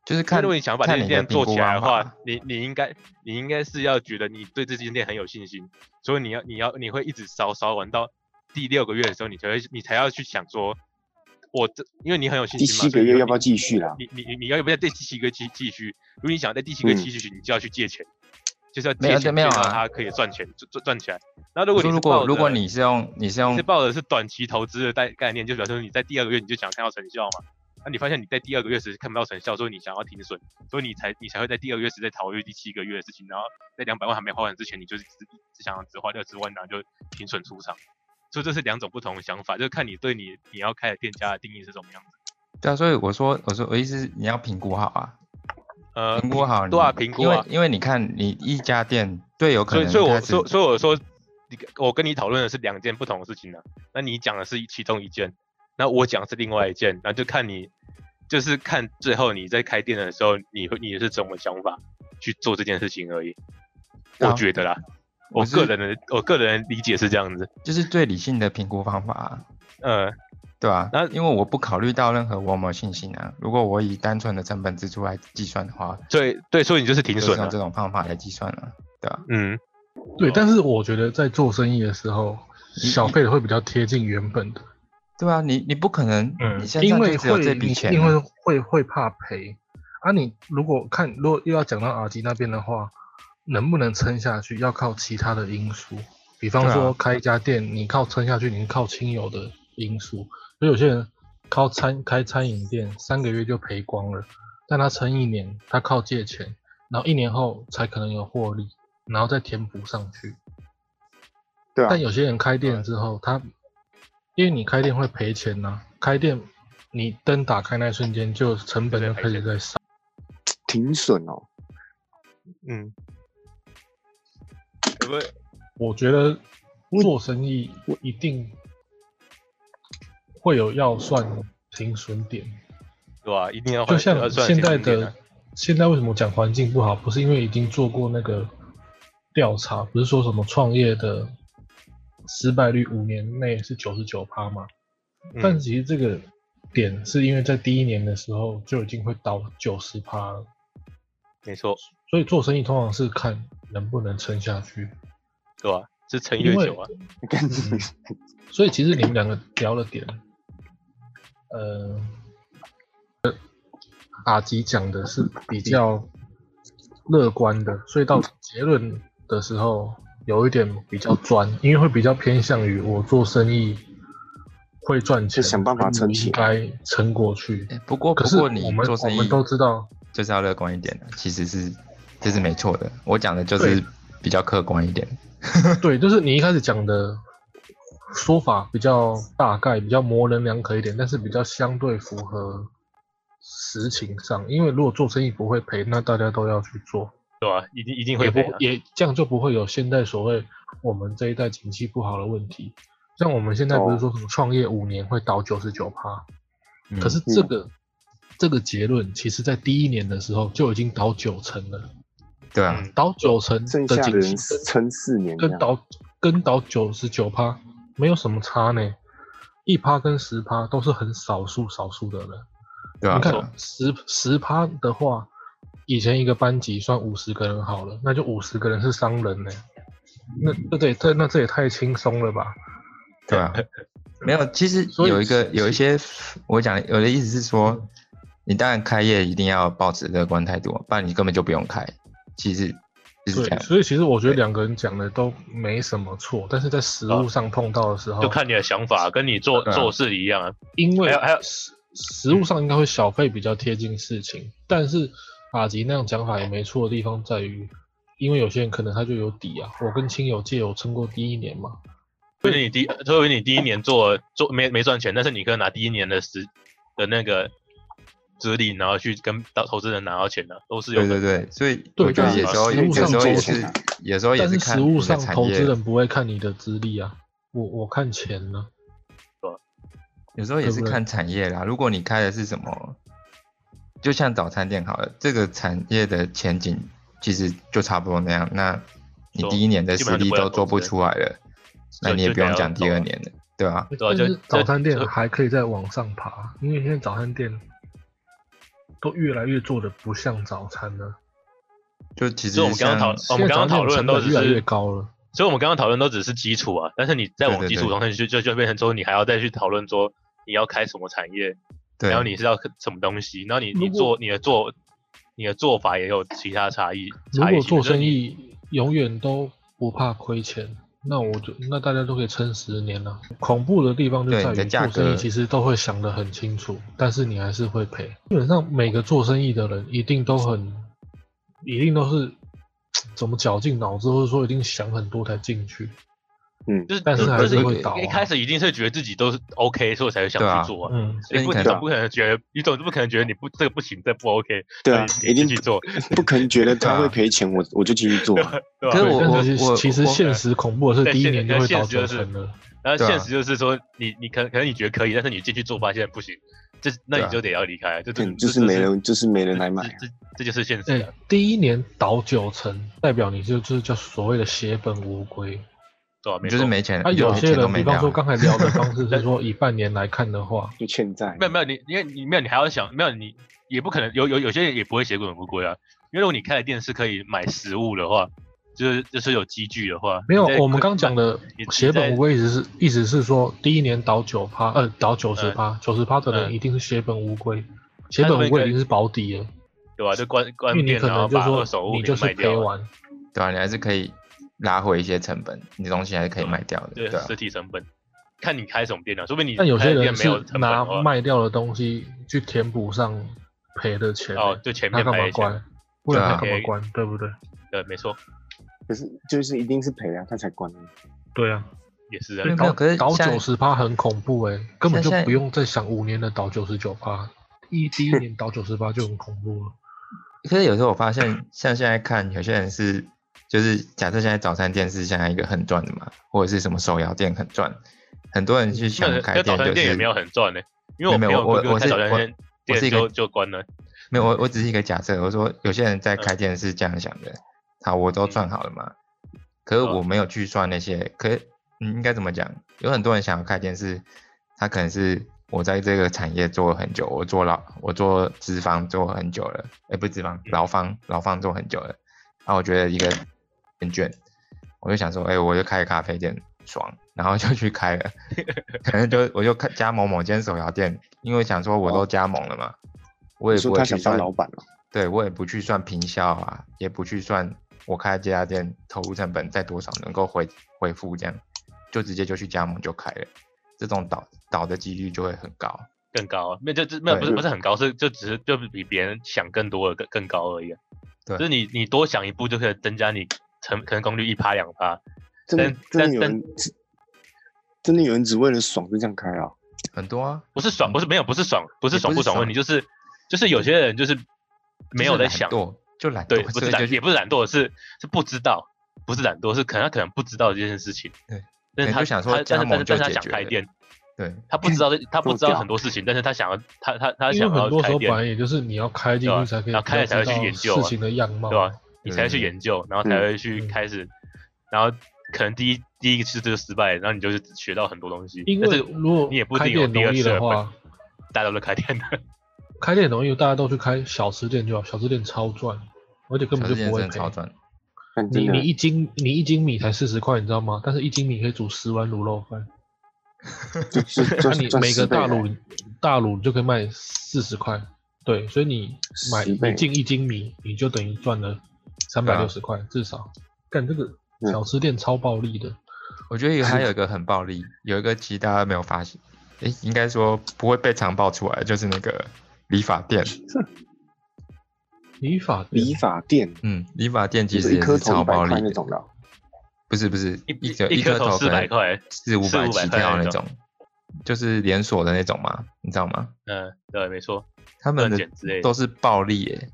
[SPEAKER 2] 就是
[SPEAKER 3] 因为
[SPEAKER 2] 看
[SPEAKER 3] 如果你想把这
[SPEAKER 2] 看
[SPEAKER 3] 间
[SPEAKER 2] 你的
[SPEAKER 3] 店
[SPEAKER 2] 评
[SPEAKER 3] 做
[SPEAKER 2] 估
[SPEAKER 3] 起来的
[SPEAKER 2] 方法啊
[SPEAKER 3] 话，你你应该你应该是要觉得你对这间店很有信心，所以你要你要你会一直烧烧完到第六个月的时候，你才会你才要去想说，我这因为你很有信
[SPEAKER 1] 第
[SPEAKER 3] 心嘛，
[SPEAKER 1] 七
[SPEAKER 3] 所
[SPEAKER 1] 个
[SPEAKER 3] 以你
[SPEAKER 1] 月
[SPEAKER 3] 会
[SPEAKER 1] 要不要继续啦？
[SPEAKER 3] 你你你你要不要在第七个继继续？如果你想在第七个
[SPEAKER 1] 嗯
[SPEAKER 3] 继续，你就要去借钱。就是要
[SPEAKER 2] 没
[SPEAKER 3] 借
[SPEAKER 2] 有
[SPEAKER 3] 钱
[SPEAKER 2] 没
[SPEAKER 3] 借
[SPEAKER 2] 有
[SPEAKER 3] 到
[SPEAKER 2] 啊
[SPEAKER 3] 它可以赚钱赚赚赚起来。那如果你
[SPEAKER 2] 说
[SPEAKER 3] 是
[SPEAKER 2] 如
[SPEAKER 3] 抱
[SPEAKER 2] 果
[SPEAKER 3] 着
[SPEAKER 2] 如果你是用你是
[SPEAKER 3] 你
[SPEAKER 2] 用
[SPEAKER 3] 是抱的是短期投资的概概念，就表示你在第二个月你就想看到成效嘛。那你发现你在第二个月时看不到成效，所以你想要停损，所以你才你才会在第二个月时再考虑第七个月的事情，然后在两百万还没花完之前，你就是只只想要只花六十万，然后就停损出场。所以这是两种不同的想法，就是看你对你你要开的店家的定义是什么样子。
[SPEAKER 2] 对啊，所以我说我说我意思是你要评估好啊，
[SPEAKER 3] 呃，
[SPEAKER 2] 评估好你，
[SPEAKER 3] 对啊评估啊
[SPEAKER 2] 因为因为你看你一家店最有可
[SPEAKER 3] 所以
[SPEAKER 2] 能
[SPEAKER 3] 所以
[SPEAKER 2] 它
[SPEAKER 3] 我
[SPEAKER 2] 是
[SPEAKER 3] 所以所以我说，你跟我跟你讨论的是两件不同的事情呢、啊那你讲的是其中一件，那我讲的是另外一件，那就看你就是看最后你在开店的时候，你会你是怎么想法去做这件事情而已。
[SPEAKER 2] 啊
[SPEAKER 3] 我觉得啦，我
[SPEAKER 2] 我
[SPEAKER 3] 个
[SPEAKER 2] 是
[SPEAKER 3] 人的我个人理解是这样子，
[SPEAKER 2] 就是最理性的评估方法、啊，
[SPEAKER 3] 呃，
[SPEAKER 2] 对吧、
[SPEAKER 3] 那
[SPEAKER 2] 因为我不考虑到任何我有没有信心啊，如果我以单纯的成本支出来计算的话，
[SPEAKER 3] 对对，所以你就是停
[SPEAKER 2] 就是
[SPEAKER 3] 损
[SPEAKER 2] 用
[SPEAKER 3] 了，
[SPEAKER 2] 这种方法来计算了、对吧、
[SPEAKER 3] 嗯，
[SPEAKER 4] 对，但是我觉得在做生意的时候，小费会比较贴近原本的，
[SPEAKER 2] 对啊，你你不可能，
[SPEAKER 3] 嗯
[SPEAKER 2] 你身
[SPEAKER 4] 因
[SPEAKER 2] 上就
[SPEAKER 4] 为
[SPEAKER 2] 只有
[SPEAKER 4] 会
[SPEAKER 2] 这笔钱
[SPEAKER 4] 因
[SPEAKER 2] 啊、
[SPEAKER 4] 为会会怕赔啊。你如果看，如果又要讲到阿吉那边的话，能不能撑下去，要靠其他的因素，比方
[SPEAKER 2] 对啊
[SPEAKER 4] 说开一家店，你靠撑下去，你是靠亲友的因素。所以有些人靠餐开餐饮店，三个月就赔光了，但他撑一年，他靠借钱，然后一年后才可能有获利，然后再填补上去。
[SPEAKER 1] 对啊
[SPEAKER 4] 但，有些人开店之后，他因为你开店会赔钱呐、开店你灯打开那瞬间就成本就开始在上，
[SPEAKER 1] 停损哦，
[SPEAKER 3] 嗯，有没有
[SPEAKER 4] 我觉得做生意一定会有要算停损点，
[SPEAKER 3] 对吧、一定要
[SPEAKER 4] 就
[SPEAKER 3] 换哦要
[SPEAKER 4] 像
[SPEAKER 3] 算
[SPEAKER 4] 现在
[SPEAKER 3] 停损点
[SPEAKER 4] 的
[SPEAKER 3] 啊
[SPEAKER 4] 现在为什么讲环境不好，不是因为已经做过那个调查，不是说什么创业的失败率五年内是九十九趴吗？但
[SPEAKER 3] 嗯
[SPEAKER 4] 其实这个点是因为在第一年的时候就已经会倒九十趴了，
[SPEAKER 3] 没错，
[SPEAKER 4] 所以做生意通常是看能不能撑下去。
[SPEAKER 3] 对吧、是撑
[SPEAKER 4] 因
[SPEAKER 3] 越
[SPEAKER 4] 为
[SPEAKER 3] 久啊，
[SPEAKER 1] 干
[SPEAKER 2] 嗯
[SPEAKER 1] 这个
[SPEAKER 4] 所以其实你们两个聊的点，呃，呃阿吉讲的是比较乐观的，所以到结论的时候有一点比较专，因为会比较偏向于我做生意会赚钱，
[SPEAKER 1] 就想办法撑起
[SPEAKER 4] 应该撑过去。
[SPEAKER 2] 诶不过哦
[SPEAKER 4] 可
[SPEAKER 2] 不
[SPEAKER 4] 是
[SPEAKER 2] 过
[SPEAKER 4] 我
[SPEAKER 2] 你
[SPEAKER 4] 们
[SPEAKER 2] 做
[SPEAKER 4] 我
[SPEAKER 2] 生意
[SPEAKER 4] 们都知道，
[SPEAKER 2] 就是要乐观一点的，其实是这是没错的。我讲的就
[SPEAKER 4] 对
[SPEAKER 2] 是比较客观一点，
[SPEAKER 4] 对，就是你一开始讲的说法比较大概，比较模棱两可一点，但是比较相对符合实情上。因为如果做生意不会赔，那大家都要去做，
[SPEAKER 3] 对吧、一定一定
[SPEAKER 4] 也
[SPEAKER 3] 会
[SPEAKER 4] 不
[SPEAKER 3] 赔、啊，
[SPEAKER 4] 也这样就不会有现在所谓我们这一代景气不好的问题。像我们现在不是说什么创业五年会倒九十九趴，
[SPEAKER 2] 嗯
[SPEAKER 4] 可是这个、这个结论，其实在第一年的时候就已经倒九成了，
[SPEAKER 2] 对啊，
[SPEAKER 3] 嗯
[SPEAKER 4] 倒九成
[SPEAKER 1] 剩
[SPEAKER 4] 的
[SPEAKER 1] 下的
[SPEAKER 4] 景
[SPEAKER 1] 人
[SPEAKER 4] 气跟
[SPEAKER 1] 撑四年这
[SPEAKER 4] 跟
[SPEAKER 1] 样，
[SPEAKER 4] 倒跟倒九十九趴没有什么差呢，一趴跟十趴都是很少数少数的人。
[SPEAKER 2] 对啊
[SPEAKER 4] 你，
[SPEAKER 2] 对啊
[SPEAKER 4] 看十十趴的话，以前一个班级算五十个人好了，那就五十个人是商人呢，那这对这那这也太轻松了吧？
[SPEAKER 2] 对
[SPEAKER 4] *laughs*
[SPEAKER 2] 啊，没有，其实
[SPEAKER 4] 所以
[SPEAKER 2] 有一个
[SPEAKER 4] 是
[SPEAKER 2] 有一些，我讲我的意思是说，你当然开业一定要保持乐观态度，不然你根本就不用开。其实就是这
[SPEAKER 4] 对，
[SPEAKER 2] 样，
[SPEAKER 4] 所以其实我觉得两个人讲的都没什么错，但是在实物上碰到的时候，
[SPEAKER 3] 就看你的想法，跟你做
[SPEAKER 2] 对啊
[SPEAKER 3] 做事一样啊。
[SPEAKER 4] 因为
[SPEAKER 3] 还有还有
[SPEAKER 4] 实实物上应该会小费比较贴近事
[SPEAKER 3] 嗯
[SPEAKER 4] 情，但是法吉那样讲法也没错的地方在于，因为有些人可能他就有底啊，我跟亲友借有撑过第一年嘛，
[SPEAKER 3] 所以你第，所以你第一年做做没没赚钱，但是你可以拿第一年的时的那个资历，然后去跟到投资人拿到钱的，都是有
[SPEAKER 2] 对
[SPEAKER 3] 的。
[SPEAKER 2] 对对，所以
[SPEAKER 4] 对
[SPEAKER 2] 我觉得
[SPEAKER 4] 但
[SPEAKER 2] 有时候
[SPEAKER 4] 实物
[SPEAKER 2] 有时候也
[SPEAKER 4] 上做
[SPEAKER 2] 是有时候也
[SPEAKER 4] 但
[SPEAKER 2] 是
[SPEAKER 4] 是
[SPEAKER 2] 看
[SPEAKER 4] 实
[SPEAKER 2] 你
[SPEAKER 4] 物
[SPEAKER 2] 的
[SPEAKER 4] 上
[SPEAKER 2] 产
[SPEAKER 4] 投资
[SPEAKER 2] 业，
[SPEAKER 4] 人不会看你的资历啊，我我看钱啊呢、
[SPEAKER 2] 有时候也
[SPEAKER 4] 对
[SPEAKER 2] 是
[SPEAKER 4] 不对
[SPEAKER 2] 看产业啦。如果你开的是什么，就像早餐店好了，这个产业的前景其实就差不多那样。那你
[SPEAKER 3] 对
[SPEAKER 2] 第一年的
[SPEAKER 3] 基
[SPEAKER 2] 实
[SPEAKER 3] 本上就
[SPEAKER 2] 力
[SPEAKER 3] 不会
[SPEAKER 2] 都
[SPEAKER 3] 投
[SPEAKER 2] 做不
[SPEAKER 3] 资
[SPEAKER 2] 出来了，那
[SPEAKER 3] 就
[SPEAKER 2] 你也
[SPEAKER 3] 就
[SPEAKER 2] 不用
[SPEAKER 3] 得要
[SPEAKER 2] 讲第
[SPEAKER 3] 懂
[SPEAKER 2] 二
[SPEAKER 3] 啊
[SPEAKER 2] 年了，对吧、
[SPEAKER 3] 对啊
[SPEAKER 4] 但
[SPEAKER 3] 就是
[SPEAKER 4] 早餐店
[SPEAKER 3] 就
[SPEAKER 4] 还可以再往上爬，因为现在早餐店都越来越做的不像早餐了，
[SPEAKER 2] 就其实
[SPEAKER 3] 所以我们刚刚
[SPEAKER 2] 像
[SPEAKER 3] 讨我们刚刚讨论都只
[SPEAKER 4] 现在早餐店成本越来
[SPEAKER 3] 是
[SPEAKER 4] 越高了。
[SPEAKER 3] 所以我们刚刚讨论都只是基础啊，但是你再往
[SPEAKER 2] 对对
[SPEAKER 3] 基础
[SPEAKER 2] 对
[SPEAKER 3] 上去，就就就变成说你还要再去讨论说你要开什么产业，
[SPEAKER 2] 对，
[SPEAKER 3] 然后你是要什么东西，然后你你
[SPEAKER 4] 如果
[SPEAKER 3] 做你的做你的做法也有其他差异。
[SPEAKER 4] 如
[SPEAKER 3] 差异
[SPEAKER 4] 果
[SPEAKER 3] 性
[SPEAKER 4] 做
[SPEAKER 3] 就是
[SPEAKER 4] 生
[SPEAKER 3] 你
[SPEAKER 4] 意永远都不怕亏钱，那我就那大家都可以撑十年了、恐怖的地方就
[SPEAKER 2] 对
[SPEAKER 4] 在
[SPEAKER 2] 你的
[SPEAKER 4] 于
[SPEAKER 2] 价
[SPEAKER 4] 做生
[SPEAKER 2] 格
[SPEAKER 4] 意其实都会想得很清楚，但是你还是会赔。基本上每个做生意的人一定都很，一定都是怎么绞尽脑汁，或者说一定想很多才进去。
[SPEAKER 3] 就是
[SPEAKER 4] 但是
[SPEAKER 3] 就
[SPEAKER 4] 还是
[SPEAKER 3] 一
[SPEAKER 4] 会倒啊
[SPEAKER 3] 一开始一定是觉得自己都是 OK，所以我才会想
[SPEAKER 2] 对啊
[SPEAKER 3] 去做啊。
[SPEAKER 4] 嗯，
[SPEAKER 2] 所以
[SPEAKER 3] 你
[SPEAKER 2] 你
[SPEAKER 3] 不
[SPEAKER 2] 可
[SPEAKER 3] 你
[SPEAKER 2] 能
[SPEAKER 3] 总不可能觉得，你总不可能觉得你不这个不行，这不 OK，
[SPEAKER 1] 对啊
[SPEAKER 3] 所以
[SPEAKER 1] 一
[SPEAKER 3] 你
[SPEAKER 1] 定
[SPEAKER 3] 继续做，
[SPEAKER 1] 不可能觉得他
[SPEAKER 2] 对
[SPEAKER 1] 会
[SPEAKER 2] 啊
[SPEAKER 1] 赔钱，我我就继续做
[SPEAKER 2] *laughs*
[SPEAKER 3] 对
[SPEAKER 1] 啊、
[SPEAKER 3] 吧？对
[SPEAKER 2] 可
[SPEAKER 3] 吧
[SPEAKER 2] 是
[SPEAKER 4] 对
[SPEAKER 2] 我
[SPEAKER 4] 但
[SPEAKER 2] 我
[SPEAKER 4] 其实
[SPEAKER 2] 我
[SPEAKER 4] 其实
[SPEAKER 2] 我
[SPEAKER 4] 现实恐怖的是
[SPEAKER 3] 对
[SPEAKER 4] 第一
[SPEAKER 3] 现
[SPEAKER 4] 年
[SPEAKER 3] 可
[SPEAKER 4] 就会
[SPEAKER 3] 现
[SPEAKER 4] 倒
[SPEAKER 3] 实就
[SPEAKER 4] 九
[SPEAKER 3] 是
[SPEAKER 4] 成了。
[SPEAKER 3] 然后
[SPEAKER 2] 对啊
[SPEAKER 3] 现实就是说，你你可能可能你觉得可以，但是你进去做发现不行，这那
[SPEAKER 2] 对
[SPEAKER 3] 你
[SPEAKER 2] 啊
[SPEAKER 3] 就得要离开，这这
[SPEAKER 1] 对就
[SPEAKER 3] 这
[SPEAKER 1] 是没人就是没人来买
[SPEAKER 2] *laughs*
[SPEAKER 1] 啊
[SPEAKER 3] 这这这就是现实
[SPEAKER 4] 哎、
[SPEAKER 3] 啊，
[SPEAKER 4] 第一年倒九成，代表你就就是叫所谓的血本无归。
[SPEAKER 3] 对吧？
[SPEAKER 2] 你
[SPEAKER 3] 没
[SPEAKER 2] 就是
[SPEAKER 3] 错
[SPEAKER 2] 没
[SPEAKER 4] *laughs*
[SPEAKER 2] 钱，
[SPEAKER 4] 啊，
[SPEAKER 2] 你就
[SPEAKER 4] 有
[SPEAKER 2] 连
[SPEAKER 4] 些
[SPEAKER 2] 钱都
[SPEAKER 4] 人，
[SPEAKER 2] 没
[SPEAKER 4] 比方
[SPEAKER 2] 了
[SPEAKER 4] 说刚才聊的方
[SPEAKER 3] *laughs*
[SPEAKER 4] 式是说，以半年来看的话，
[SPEAKER 1] 就欠债。
[SPEAKER 3] 没有没有你，因为你没有你还要想，没有你也不可能有有有些人也不会血本无归啊，因为如果你开的店是可以买食物的话，就是就是有机具的话，
[SPEAKER 4] 没有
[SPEAKER 3] 你在
[SPEAKER 4] 我们刚讲的
[SPEAKER 3] 你在
[SPEAKER 4] 血本无归，意思是意思是说，第一年倒九趴，呃，倒九十趴，九十趴的人
[SPEAKER 3] 嗯
[SPEAKER 4] 一定是血本无归，血本无归已经是保底了，
[SPEAKER 3] 对吧？就关
[SPEAKER 4] 因
[SPEAKER 3] 关
[SPEAKER 4] 为你
[SPEAKER 3] 店，
[SPEAKER 4] 可
[SPEAKER 3] 然后
[SPEAKER 4] 能就
[SPEAKER 3] 把
[SPEAKER 4] 说
[SPEAKER 3] 二手物
[SPEAKER 4] 你
[SPEAKER 3] 给
[SPEAKER 4] 就是
[SPEAKER 3] 卖
[SPEAKER 4] 赔
[SPEAKER 3] 掉啊，
[SPEAKER 4] 完，
[SPEAKER 2] 对啊，你还是可以拉回一些成本，你的东西还是可以卖掉的，对啊
[SPEAKER 3] 实，体成本。看你开什么店啊，说不定你
[SPEAKER 4] 但有
[SPEAKER 3] 开
[SPEAKER 4] 些
[SPEAKER 3] 的
[SPEAKER 4] 人
[SPEAKER 3] 店没
[SPEAKER 4] 是
[SPEAKER 3] 有成本
[SPEAKER 4] 拿
[SPEAKER 3] 的话
[SPEAKER 4] 卖掉的东西去填补上赔的钱，
[SPEAKER 3] 哦，就前
[SPEAKER 4] 他
[SPEAKER 3] 面
[SPEAKER 4] 干
[SPEAKER 3] 赔
[SPEAKER 4] 嘛
[SPEAKER 3] 的钱，
[SPEAKER 4] 关？不然
[SPEAKER 2] 对啊
[SPEAKER 4] 他干嘛关？对不对？
[SPEAKER 3] 对，没错，
[SPEAKER 1] 可是就是一定是赔啊，他才关啊。
[SPEAKER 4] 对啊，
[SPEAKER 3] 也是啊
[SPEAKER 2] 没有，
[SPEAKER 4] 倒
[SPEAKER 2] 可是
[SPEAKER 4] 倒
[SPEAKER 2] 现在
[SPEAKER 4] 九十趴很恐怖哎、根本就
[SPEAKER 2] 现在
[SPEAKER 4] 不用再想五年的倒九十九趴，一第
[SPEAKER 2] *laughs*
[SPEAKER 4] 一年倒九十趴就很恐怖了。
[SPEAKER 2] 可是有时候我发现，像现在看有些人是，就是假设现在早餐店是现在一个很赚的嘛，或者是什么手摇店很赚，很多人去想
[SPEAKER 3] 嗯那
[SPEAKER 2] 开
[SPEAKER 3] 那
[SPEAKER 2] 店
[SPEAKER 3] 早
[SPEAKER 2] 就
[SPEAKER 3] 餐店也
[SPEAKER 2] 是
[SPEAKER 3] 没有很赚呢，因为我
[SPEAKER 2] 没
[SPEAKER 3] 朋
[SPEAKER 2] 有
[SPEAKER 3] 友
[SPEAKER 2] 我
[SPEAKER 3] 哥哥
[SPEAKER 2] 我
[SPEAKER 3] 开
[SPEAKER 2] 是
[SPEAKER 3] 早
[SPEAKER 2] 我
[SPEAKER 3] 餐
[SPEAKER 2] 我是
[SPEAKER 3] 店
[SPEAKER 2] 一个
[SPEAKER 3] 就就关了，
[SPEAKER 2] 没有，我我只是一个假设，我说有些人在
[SPEAKER 3] 嗯
[SPEAKER 2] 开店是这样想的，好，我
[SPEAKER 1] 嗯
[SPEAKER 2] 都赚好了嘛，可是
[SPEAKER 3] 嗯
[SPEAKER 2] 我没有去算那些，可是嗯，应该怎么讲？有很多人想要开店是，他可能是我在这个产业做了很久，我做老我做资方做很久了，哎、不是资
[SPEAKER 1] 嗯
[SPEAKER 2] 方劳方劳方做很久了，然后我觉得一个很卷，我就想说，哎、我就开个咖啡店爽，然后就去
[SPEAKER 1] *laughs*
[SPEAKER 2] 开了，可能就我就开加盟某间手摇店，因为想说我都加盟了嘛。我
[SPEAKER 1] 哦你
[SPEAKER 2] 也
[SPEAKER 1] 说
[SPEAKER 2] 不会啊
[SPEAKER 1] 他
[SPEAKER 2] 去
[SPEAKER 1] 想当
[SPEAKER 2] 算
[SPEAKER 1] 老板啊了、
[SPEAKER 2] 对我也不去算平销啊，也不去算我开这家店投入成本在多少能够回回复这样，就直接就去加盟就开了，这种倒倒的几率就会很高。
[SPEAKER 3] 更高啊，没有就就没有
[SPEAKER 2] 对
[SPEAKER 3] 不是不是很高，是就只是就比别人想更多了更更高而已啊，
[SPEAKER 2] 对
[SPEAKER 3] 就是你你多想一步就可以增加你成成功率一趴两趴，
[SPEAKER 1] 真的真
[SPEAKER 3] 但
[SPEAKER 1] 的有人只真的有人只为了爽就这样开啊？
[SPEAKER 2] 很多啊，
[SPEAKER 3] 不是爽不是没有不是爽不是
[SPEAKER 2] 也
[SPEAKER 3] 爽
[SPEAKER 2] 不
[SPEAKER 3] 不
[SPEAKER 2] 是
[SPEAKER 3] 爽问
[SPEAKER 2] 爽
[SPEAKER 3] 题，就是就是有些人就是没有
[SPEAKER 2] 就是懒
[SPEAKER 3] 在想，
[SPEAKER 2] 惰就懒惰，
[SPEAKER 3] 对，不
[SPEAKER 2] 所
[SPEAKER 3] 是
[SPEAKER 2] 以
[SPEAKER 3] 懒
[SPEAKER 2] 哦就去
[SPEAKER 3] 也不是懒惰，是是不知道，不是懒惰，是可能他可能不知道这件事情，
[SPEAKER 2] 对，可
[SPEAKER 3] 但是
[SPEAKER 2] 能
[SPEAKER 3] 他
[SPEAKER 2] 就想说
[SPEAKER 3] 他但
[SPEAKER 2] 加
[SPEAKER 3] 是但
[SPEAKER 2] 盟
[SPEAKER 3] 是
[SPEAKER 2] 就
[SPEAKER 3] 但是他
[SPEAKER 2] 解
[SPEAKER 3] 想
[SPEAKER 2] 决
[SPEAKER 3] 开
[SPEAKER 2] 了
[SPEAKER 3] 店，
[SPEAKER 2] 对
[SPEAKER 3] 他不知道他不知
[SPEAKER 2] *laughs*
[SPEAKER 1] 这么
[SPEAKER 3] 道
[SPEAKER 1] 屌
[SPEAKER 3] 很多事情，但是他想要他他他
[SPEAKER 4] 因为
[SPEAKER 3] 想
[SPEAKER 4] 很
[SPEAKER 3] 要
[SPEAKER 4] 多时
[SPEAKER 3] 开
[SPEAKER 4] 候本
[SPEAKER 3] 店
[SPEAKER 4] 来，也就是你要开进
[SPEAKER 3] 对啊
[SPEAKER 4] 去才可以，
[SPEAKER 3] 然后开了才会去研究啊
[SPEAKER 4] 事情的样貌，
[SPEAKER 3] 对吧？你才会去
[SPEAKER 2] 对对对
[SPEAKER 3] 研究，然后才会去
[SPEAKER 4] 嗯
[SPEAKER 3] 开始，然后可能第一第一个次就失败，然后你就是学到很多东西，
[SPEAKER 4] 因
[SPEAKER 3] 但
[SPEAKER 4] 为
[SPEAKER 3] 是
[SPEAKER 4] 如果
[SPEAKER 3] 你也不一
[SPEAKER 4] 开
[SPEAKER 3] 定有
[SPEAKER 4] 店
[SPEAKER 3] 第二
[SPEAKER 4] 容易
[SPEAKER 3] 次
[SPEAKER 4] 的
[SPEAKER 3] 的
[SPEAKER 4] 话，
[SPEAKER 3] 大家都开店的，
[SPEAKER 4] 开店容易，大家都去开小吃店就好，小吃店超赚，而且根
[SPEAKER 2] 小吃
[SPEAKER 4] 本就
[SPEAKER 2] 店
[SPEAKER 4] 不会
[SPEAKER 2] 真的
[SPEAKER 4] 赔
[SPEAKER 2] 超。赚，
[SPEAKER 1] 但真
[SPEAKER 4] 你
[SPEAKER 1] 的
[SPEAKER 4] 你一斤你一斤米才四十块，你知道吗？但是一斤米可以煮十碗卤肉饭， *laughs*
[SPEAKER 1] 就是
[SPEAKER 4] 那、
[SPEAKER 1] 赚
[SPEAKER 4] 你
[SPEAKER 1] 赚
[SPEAKER 4] 每个
[SPEAKER 1] 10倍啊
[SPEAKER 4] 大
[SPEAKER 1] 了
[SPEAKER 4] 卤大卤就可以卖四十块，对，所以你买
[SPEAKER 1] 10倍啊
[SPEAKER 4] 你进一斤米，你就等于赚了三百六十块至少。干这个
[SPEAKER 1] 嗯
[SPEAKER 4] 小吃店超暴利的，
[SPEAKER 2] 我觉得有还有一个很暴利，有一个其实大家没有发现，诶，应该说不会被常爆出来，就是那个理发店，
[SPEAKER 4] 理发店
[SPEAKER 1] 理发店，
[SPEAKER 2] 嗯，理发店其
[SPEAKER 1] 就是
[SPEAKER 2] 实
[SPEAKER 1] 一
[SPEAKER 2] 也
[SPEAKER 1] 颗
[SPEAKER 2] 是
[SPEAKER 1] 头
[SPEAKER 2] 超
[SPEAKER 1] 一百
[SPEAKER 2] 暴利
[SPEAKER 1] 块那
[SPEAKER 2] 的，
[SPEAKER 1] 种的啊、
[SPEAKER 2] 不是不是，
[SPEAKER 3] 一
[SPEAKER 2] 一颗
[SPEAKER 3] 一
[SPEAKER 2] 颗
[SPEAKER 3] 颗头
[SPEAKER 2] 头
[SPEAKER 3] 400块
[SPEAKER 2] 四五百
[SPEAKER 3] 400
[SPEAKER 2] 起
[SPEAKER 3] 块
[SPEAKER 2] 跳
[SPEAKER 3] 那
[SPEAKER 2] 那
[SPEAKER 3] 种
[SPEAKER 2] 种，就是连锁的那种嘛，你知道吗？
[SPEAKER 3] 嗯，对，没错，
[SPEAKER 2] 他们
[SPEAKER 3] 乱
[SPEAKER 2] 的
[SPEAKER 3] 剪之类的
[SPEAKER 2] 都是暴利耶、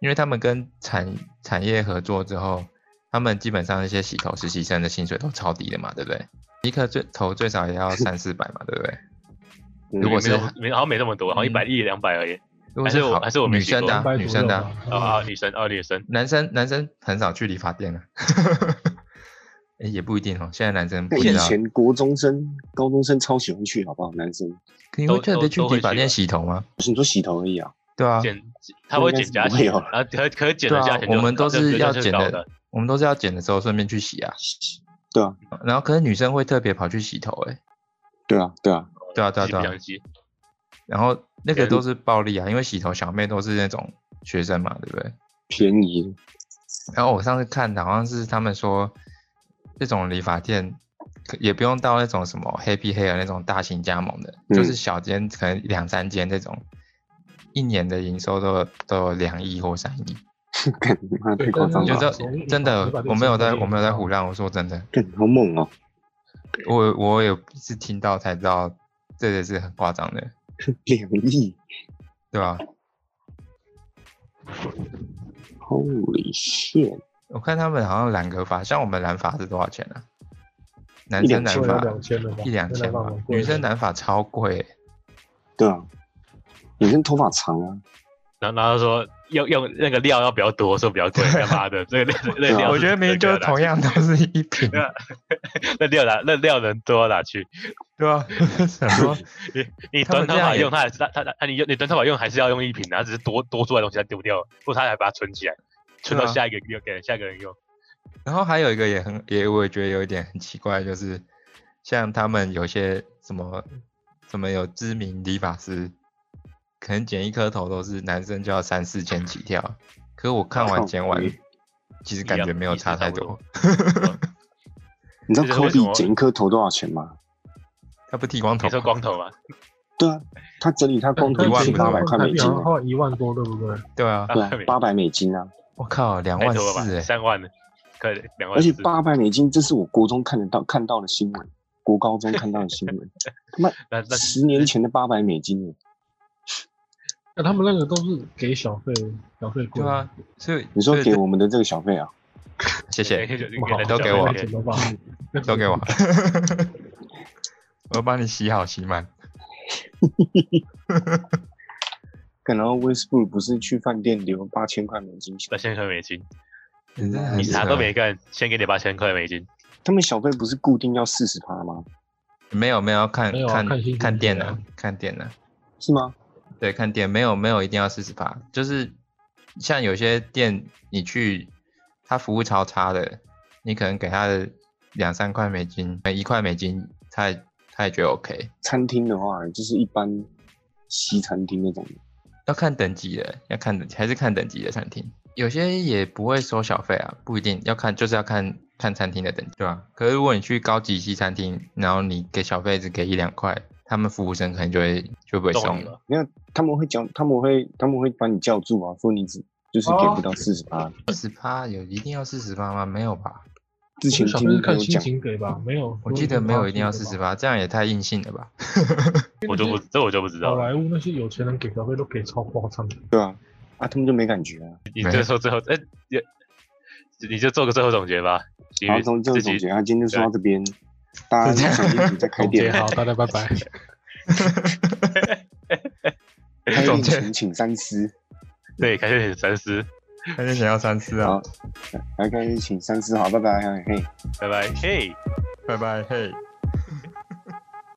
[SPEAKER 2] 因为他们跟产产业合作之后，他们基本上那些洗头实习生的薪水都超低的嘛，对不对？一颗最头最少也要三四百嘛，对不对？
[SPEAKER 1] 嗯
[SPEAKER 2] 如果
[SPEAKER 3] 没
[SPEAKER 2] 是
[SPEAKER 3] 有没好像没那么多，
[SPEAKER 4] 嗯
[SPEAKER 3] 好像一百一两百而已
[SPEAKER 2] 如果
[SPEAKER 3] 还是我
[SPEAKER 2] 好
[SPEAKER 3] 还是我没
[SPEAKER 2] 女
[SPEAKER 3] 洗过
[SPEAKER 2] 生的啊、
[SPEAKER 4] 100
[SPEAKER 2] 女生的啊、
[SPEAKER 4] 左右吧嗯
[SPEAKER 3] 啊啊，女生啊女生，
[SPEAKER 2] 男生男生很少去理发店了、啊 *laughs* 诶也不一定哦。现在男生不
[SPEAKER 1] 那
[SPEAKER 2] 知
[SPEAKER 1] 以
[SPEAKER 2] 道，
[SPEAKER 1] 前国中生、高中生超喜欢去，好不好？男生，
[SPEAKER 2] 你会
[SPEAKER 3] 都
[SPEAKER 2] 特
[SPEAKER 3] 都
[SPEAKER 2] 别去
[SPEAKER 3] 都会
[SPEAKER 2] 理发
[SPEAKER 3] 去
[SPEAKER 2] 店
[SPEAKER 3] 吧
[SPEAKER 2] 洗头吗？
[SPEAKER 1] 不是你说洗头而已啊，
[SPEAKER 2] 对啊，
[SPEAKER 3] 剪他
[SPEAKER 1] 应
[SPEAKER 3] 会
[SPEAKER 1] 该
[SPEAKER 3] 剪
[SPEAKER 1] 是
[SPEAKER 3] 价
[SPEAKER 1] 不会
[SPEAKER 3] 钱，
[SPEAKER 1] 有
[SPEAKER 3] 然后可可剪
[SPEAKER 2] 对
[SPEAKER 3] 的
[SPEAKER 2] 啊
[SPEAKER 3] 价钱，就
[SPEAKER 2] 我们
[SPEAKER 3] 很高
[SPEAKER 2] 都是要剪
[SPEAKER 3] 高的
[SPEAKER 2] 的，，我们都是要剪的时候顺便去洗啊。
[SPEAKER 1] *laughs* 对啊，
[SPEAKER 2] 然后可是女生会特别跑去洗头、欸，
[SPEAKER 1] 对啊，对啊，
[SPEAKER 2] 对啊对啊
[SPEAKER 3] 自己不
[SPEAKER 2] 对啊
[SPEAKER 3] 想洗
[SPEAKER 2] 然后那个
[SPEAKER 3] 对
[SPEAKER 2] 都是暴利啊，因为洗头小妹都是那种学生嘛，对不对？
[SPEAKER 1] 便宜， *laughs*
[SPEAKER 2] 然后我上次看好像是他们说，这种理发店可也不用到那种什么 Happy Hair 那种大型加盟的，
[SPEAKER 1] 嗯
[SPEAKER 2] 就是小间可能两三间这种，一年的营收都有都有两亿或三亿。
[SPEAKER 1] 干你妈太夸张
[SPEAKER 2] 你
[SPEAKER 4] 对
[SPEAKER 2] 就
[SPEAKER 1] 了啊
[SPEAKER 2] 知
[SPEAKER 1] 吧，
[SPEAKER 2] 道
[SPEAKER 4] 那种理
[SPEAKER 2] 真的
[SPEAKER 4] 理发，店
[SPEAKER 2] 我没有
[SPEAKER 4] 真的
[SPEAKER 2] 在
[SPEAKER 4] 也
[SPEAKER 2] 我没有在
[SPEAKER 4] 高
[SPEAKER 2] 胡乱，我说真的，
[SPEAKER 1] 干好猛哦！
[SPEAKER 2] 我我有是听到才知道，这个是很夸张的，
[SPEAKER 1] 两亿
[SPEAKER 2] 对吧？
[SPEAKER 1] ，Holy shit！
[SPEAKER 2] 我看他们好像染个发，像我们染发是多少钱啊？男
[SPEAKER 1] 一
[SPEAKER 2] 生
[SPEAKER 1] 两
[SPEAKER 2] 染
[SPEAKER 1] 千
[SPEAKER 4] 要
[SPEAKER 2] 发
[SPEAKER 4] 两千了吧？
[SPEAKER 2] 一两千吧
[SPEAKER 4] 吧，，
[SPEAKER 2] 女生染发超贵欸、
[SPEAKER 1] 对啊，女生头发长啊，
[SPEAKER 3] 然后然后说要用那个料要比较多，说
[SPEAKER 2] *laughs*
[SPEAKER 3] 比较贵，干嘛的？这个料那
[SPEAKER 1] 对啊
[SPEAKER 3] 料，
[SPEAKER 2] 我觉得明明就是同，样都是一瓶，
[SPEAKER 3] 对啊那料拿那料能多拿去？
[SPEAKER 2] 对吧、 *laughs* 什么？
[SPEAKER 3] 你你
[SPEAKER 2] 他们
[SPEAKER 3] 短
[SPEAKER 2] 这
[SPEAKER 3] 头
[SPEAKER 2] 样
[SPEAKER 3] 发
[SPEAKER 2] 也
[SPEAKER 3] 用它还是它它它你用你短头发用还是要用一瓶啊，它只是多多出来的东西它丢掉了，或者它还把它存起来，存到
[SPEAKER 2] 对啊
[SPEAKER 3] 下一个用给下一个人用。
[SPEAKER 2] 然后还有一个也很也我也觉得有一点很奇怪，就是像他们有些什么什么有知名理发师，可能剪一颗头都是男生就要三四千起跳，可我看完
[SPEAKER 1] 靠
[SPEAKER 2] 剪完
[SPEAKER 1] 北，
[SPEAKER 2] 其实
[SPEAKER 3] 一
[SPEAKER 2] 感
[SPEAKER 3] 样
[SPEAKER 2] 觉没有
[SPEAKER 3] 意思
[SPEAKER 2] 差
[SPEAKER 3] 差
[SPEAKER 2] 太
[SPEAKER 3] 不多
[SPEAKER 2] 多，
[SPEAKER 3] 哦
[SPEAKER 2] *laughs*
[SPEAKER 1] 你知道
[SPEAKER 3] 这是为什么
[SPEAKER 1] Kobe 剪一颗头多少钱吗？
[SPEAKER 2] 他不剃光头
[SPEAKER 3] 你，说光头吗？
[SPEAKER 1] 对啊，他整理他光头
[SPEAKER 2] 一万
[SPEAKER 1] 是
[SPEAKER 2] 不
[SPEAKER 1] 八
[SPEAKER 2] 到
[SPEAKER 1] 百块美金
[SPEAKER 4] 然
[SPEAKER 1] 啊，
[SPEAKER 4] 后一万多，对不对？
[SPEAKER 2] 对啊，
[SPEAKER 1] 对啊
[SPEAKER 3] 八百美，金
[SPEAKER 1] 八百美金啊，
[SPEAKER 2] 我靠，两
[SPEAKER 3] 太
[SPEAKER 2] 万
[SPEAKER 3] 多了吧
[SPEAKER 2] 四，哎，
[SPEAKER 3] 三万了，可以两万
[SPEAKER 1] 而
[SPEAKER 3] 四。
[SPEAKER 1] 且八百美金，这是我国中看得到看到的新闻，国高中看到的新闻，他妈
[SPEAKER 3] 那 *laughs* 那
[SPEAKER 1] 十年前的八百美金耶，
[SPEAKER 4] 那他们那个都是给小费，小费贵
[SPEAKER 2] 对啊，，所以
[SPEAKER 1] 你说
[SPEAKER 2] 所以
[SPEAKER 1] 给
[SPEAKER 2] 这
[SPEAKER 1] 我们的这个小费啊？
[SPEAKER 2] 谢
[SPEAKER 3] *laughs*
[SPEAKER 2] 谢，
[SPEAKER 4] 不好
[SPEAKER 2] 都给我
[SPEAKER 4] 那剪头发，
[SPEAKER 2] 都给我，我帮你洗好洗满，
[SPEAKER 1] 干然后 Westbrook 不是去饭店留八千块美金去
[SPEAKER 3] 八，千块美金，
[SPEAKER 2] 真的很
[SPEAKER 3] 你啥
[SPEAKER 2] 扯啊
[SPEAKER 3] 都没干，先给你八千块美金。
[SPEAKER 1] 他们小费不是固定要四十趴吗？
[SPEAKER 2] 没有没有要看
[SPEAKER 4] 没有啊
[SPEAKER 2] 看
[SPEAKER 4] 看心情
[SPEAKER 2] 看店
[SPEAKER 4] 怎么
[SPEAKER 2] 啊
[SPEAKER 4] 样，
[SPEAKER 2] 看店啊，
[SPEAKER 1] 是吗？
[SPEAKER 2] 对，看店没有没有一定要四十趴，就是像有些店你去，他服务超差的，你可能给他的两三块美金，呃一块美金，他也他也觉得 OK，
[SPEAKER 1] 餐厅的话，就是一般西餐厅那种，
[SPEAKER 2] 要看等级的，要看等还是看等级的餐厅，有些也不会收小费啊，不一定要看，就是要看看餐厅的等级，对吧、可是如果你去高级西餐厅，然后你给小费只给一两块，他们服务生可能就会就不会
[SPEAKER 3] 送你
[SPEAKER 2] 送
[SPEAKER 3] 了，
[SPEAKER 1] 没有他们会讲，他们会他们会把你叫住啊，说你只就是给不到
[SPEAKER 3] 哦
[SPEAKER 1] 四十趴。
[SPEAKER 2] 四十趴有一定要四十趴吗？没有吧？
[SPEAKER 1] 之前
[SPEAKER 4] 小
[SPEAKER 1] 听
[SPEAKER 4] 费是
[SPEAKER 1] 你跟
[SPEAKER 4] 看
[SPEAKER 1] 我
[SPEAKER 4] 心
[SPEAKER 1] 讲，
[SPEAKER 4] 情给吧，没有。
[SPEAKER 2] 我记得没有一定要四十
[SPEAKER 4] 吧。
[SPEAKER 2] 趴，这样也太硬性了吧？
[SPEAKER 3] 我就不这我就不知道
[SPEAKER 4] 好
[SPEAKER 3] 了。
[SPEAKER 4] 莱坞那些有钱人给小费都给超夸张的，
[SPEAKER 1] 对啊，啊他们就没感觉啊。
[SPEAKER 3] 你这说最后，哎，也你就做个最后总结吧。因
[SPEAKER 1] 然
[SPEAKER 3] 为
[SPEAKER 1] 后从这个
[SPEAKER 3] 自
[SPEAKER 1] 总
[SPEAKER 3] 己
[SPEAKER 1] 结，啊，今天就说到这边，大家小心你在开
[SPEAKER 4] 总结
[SPEAKER 1] 店，
[SPEAKER 4] 好，大家拜拜。
[SPEAKER 1] 开
[SPEAKER 3] *laughs*
[SPEAKER 2] 总
[SPEAKER 1] 店
[SPEAKER 2] 结
[SPEAKER 1] 前请三思，
[SPEAKER 3] 对，感谢你的三思，
[SPEAKER 2] 那就想要三思啊
[SPEAKER 1] 好！来开店请三思，好，拜拜，嘿。
[SPEAKER 3] 拜拜，嘿。
[SPEAKER 2] 拜拜，嘿。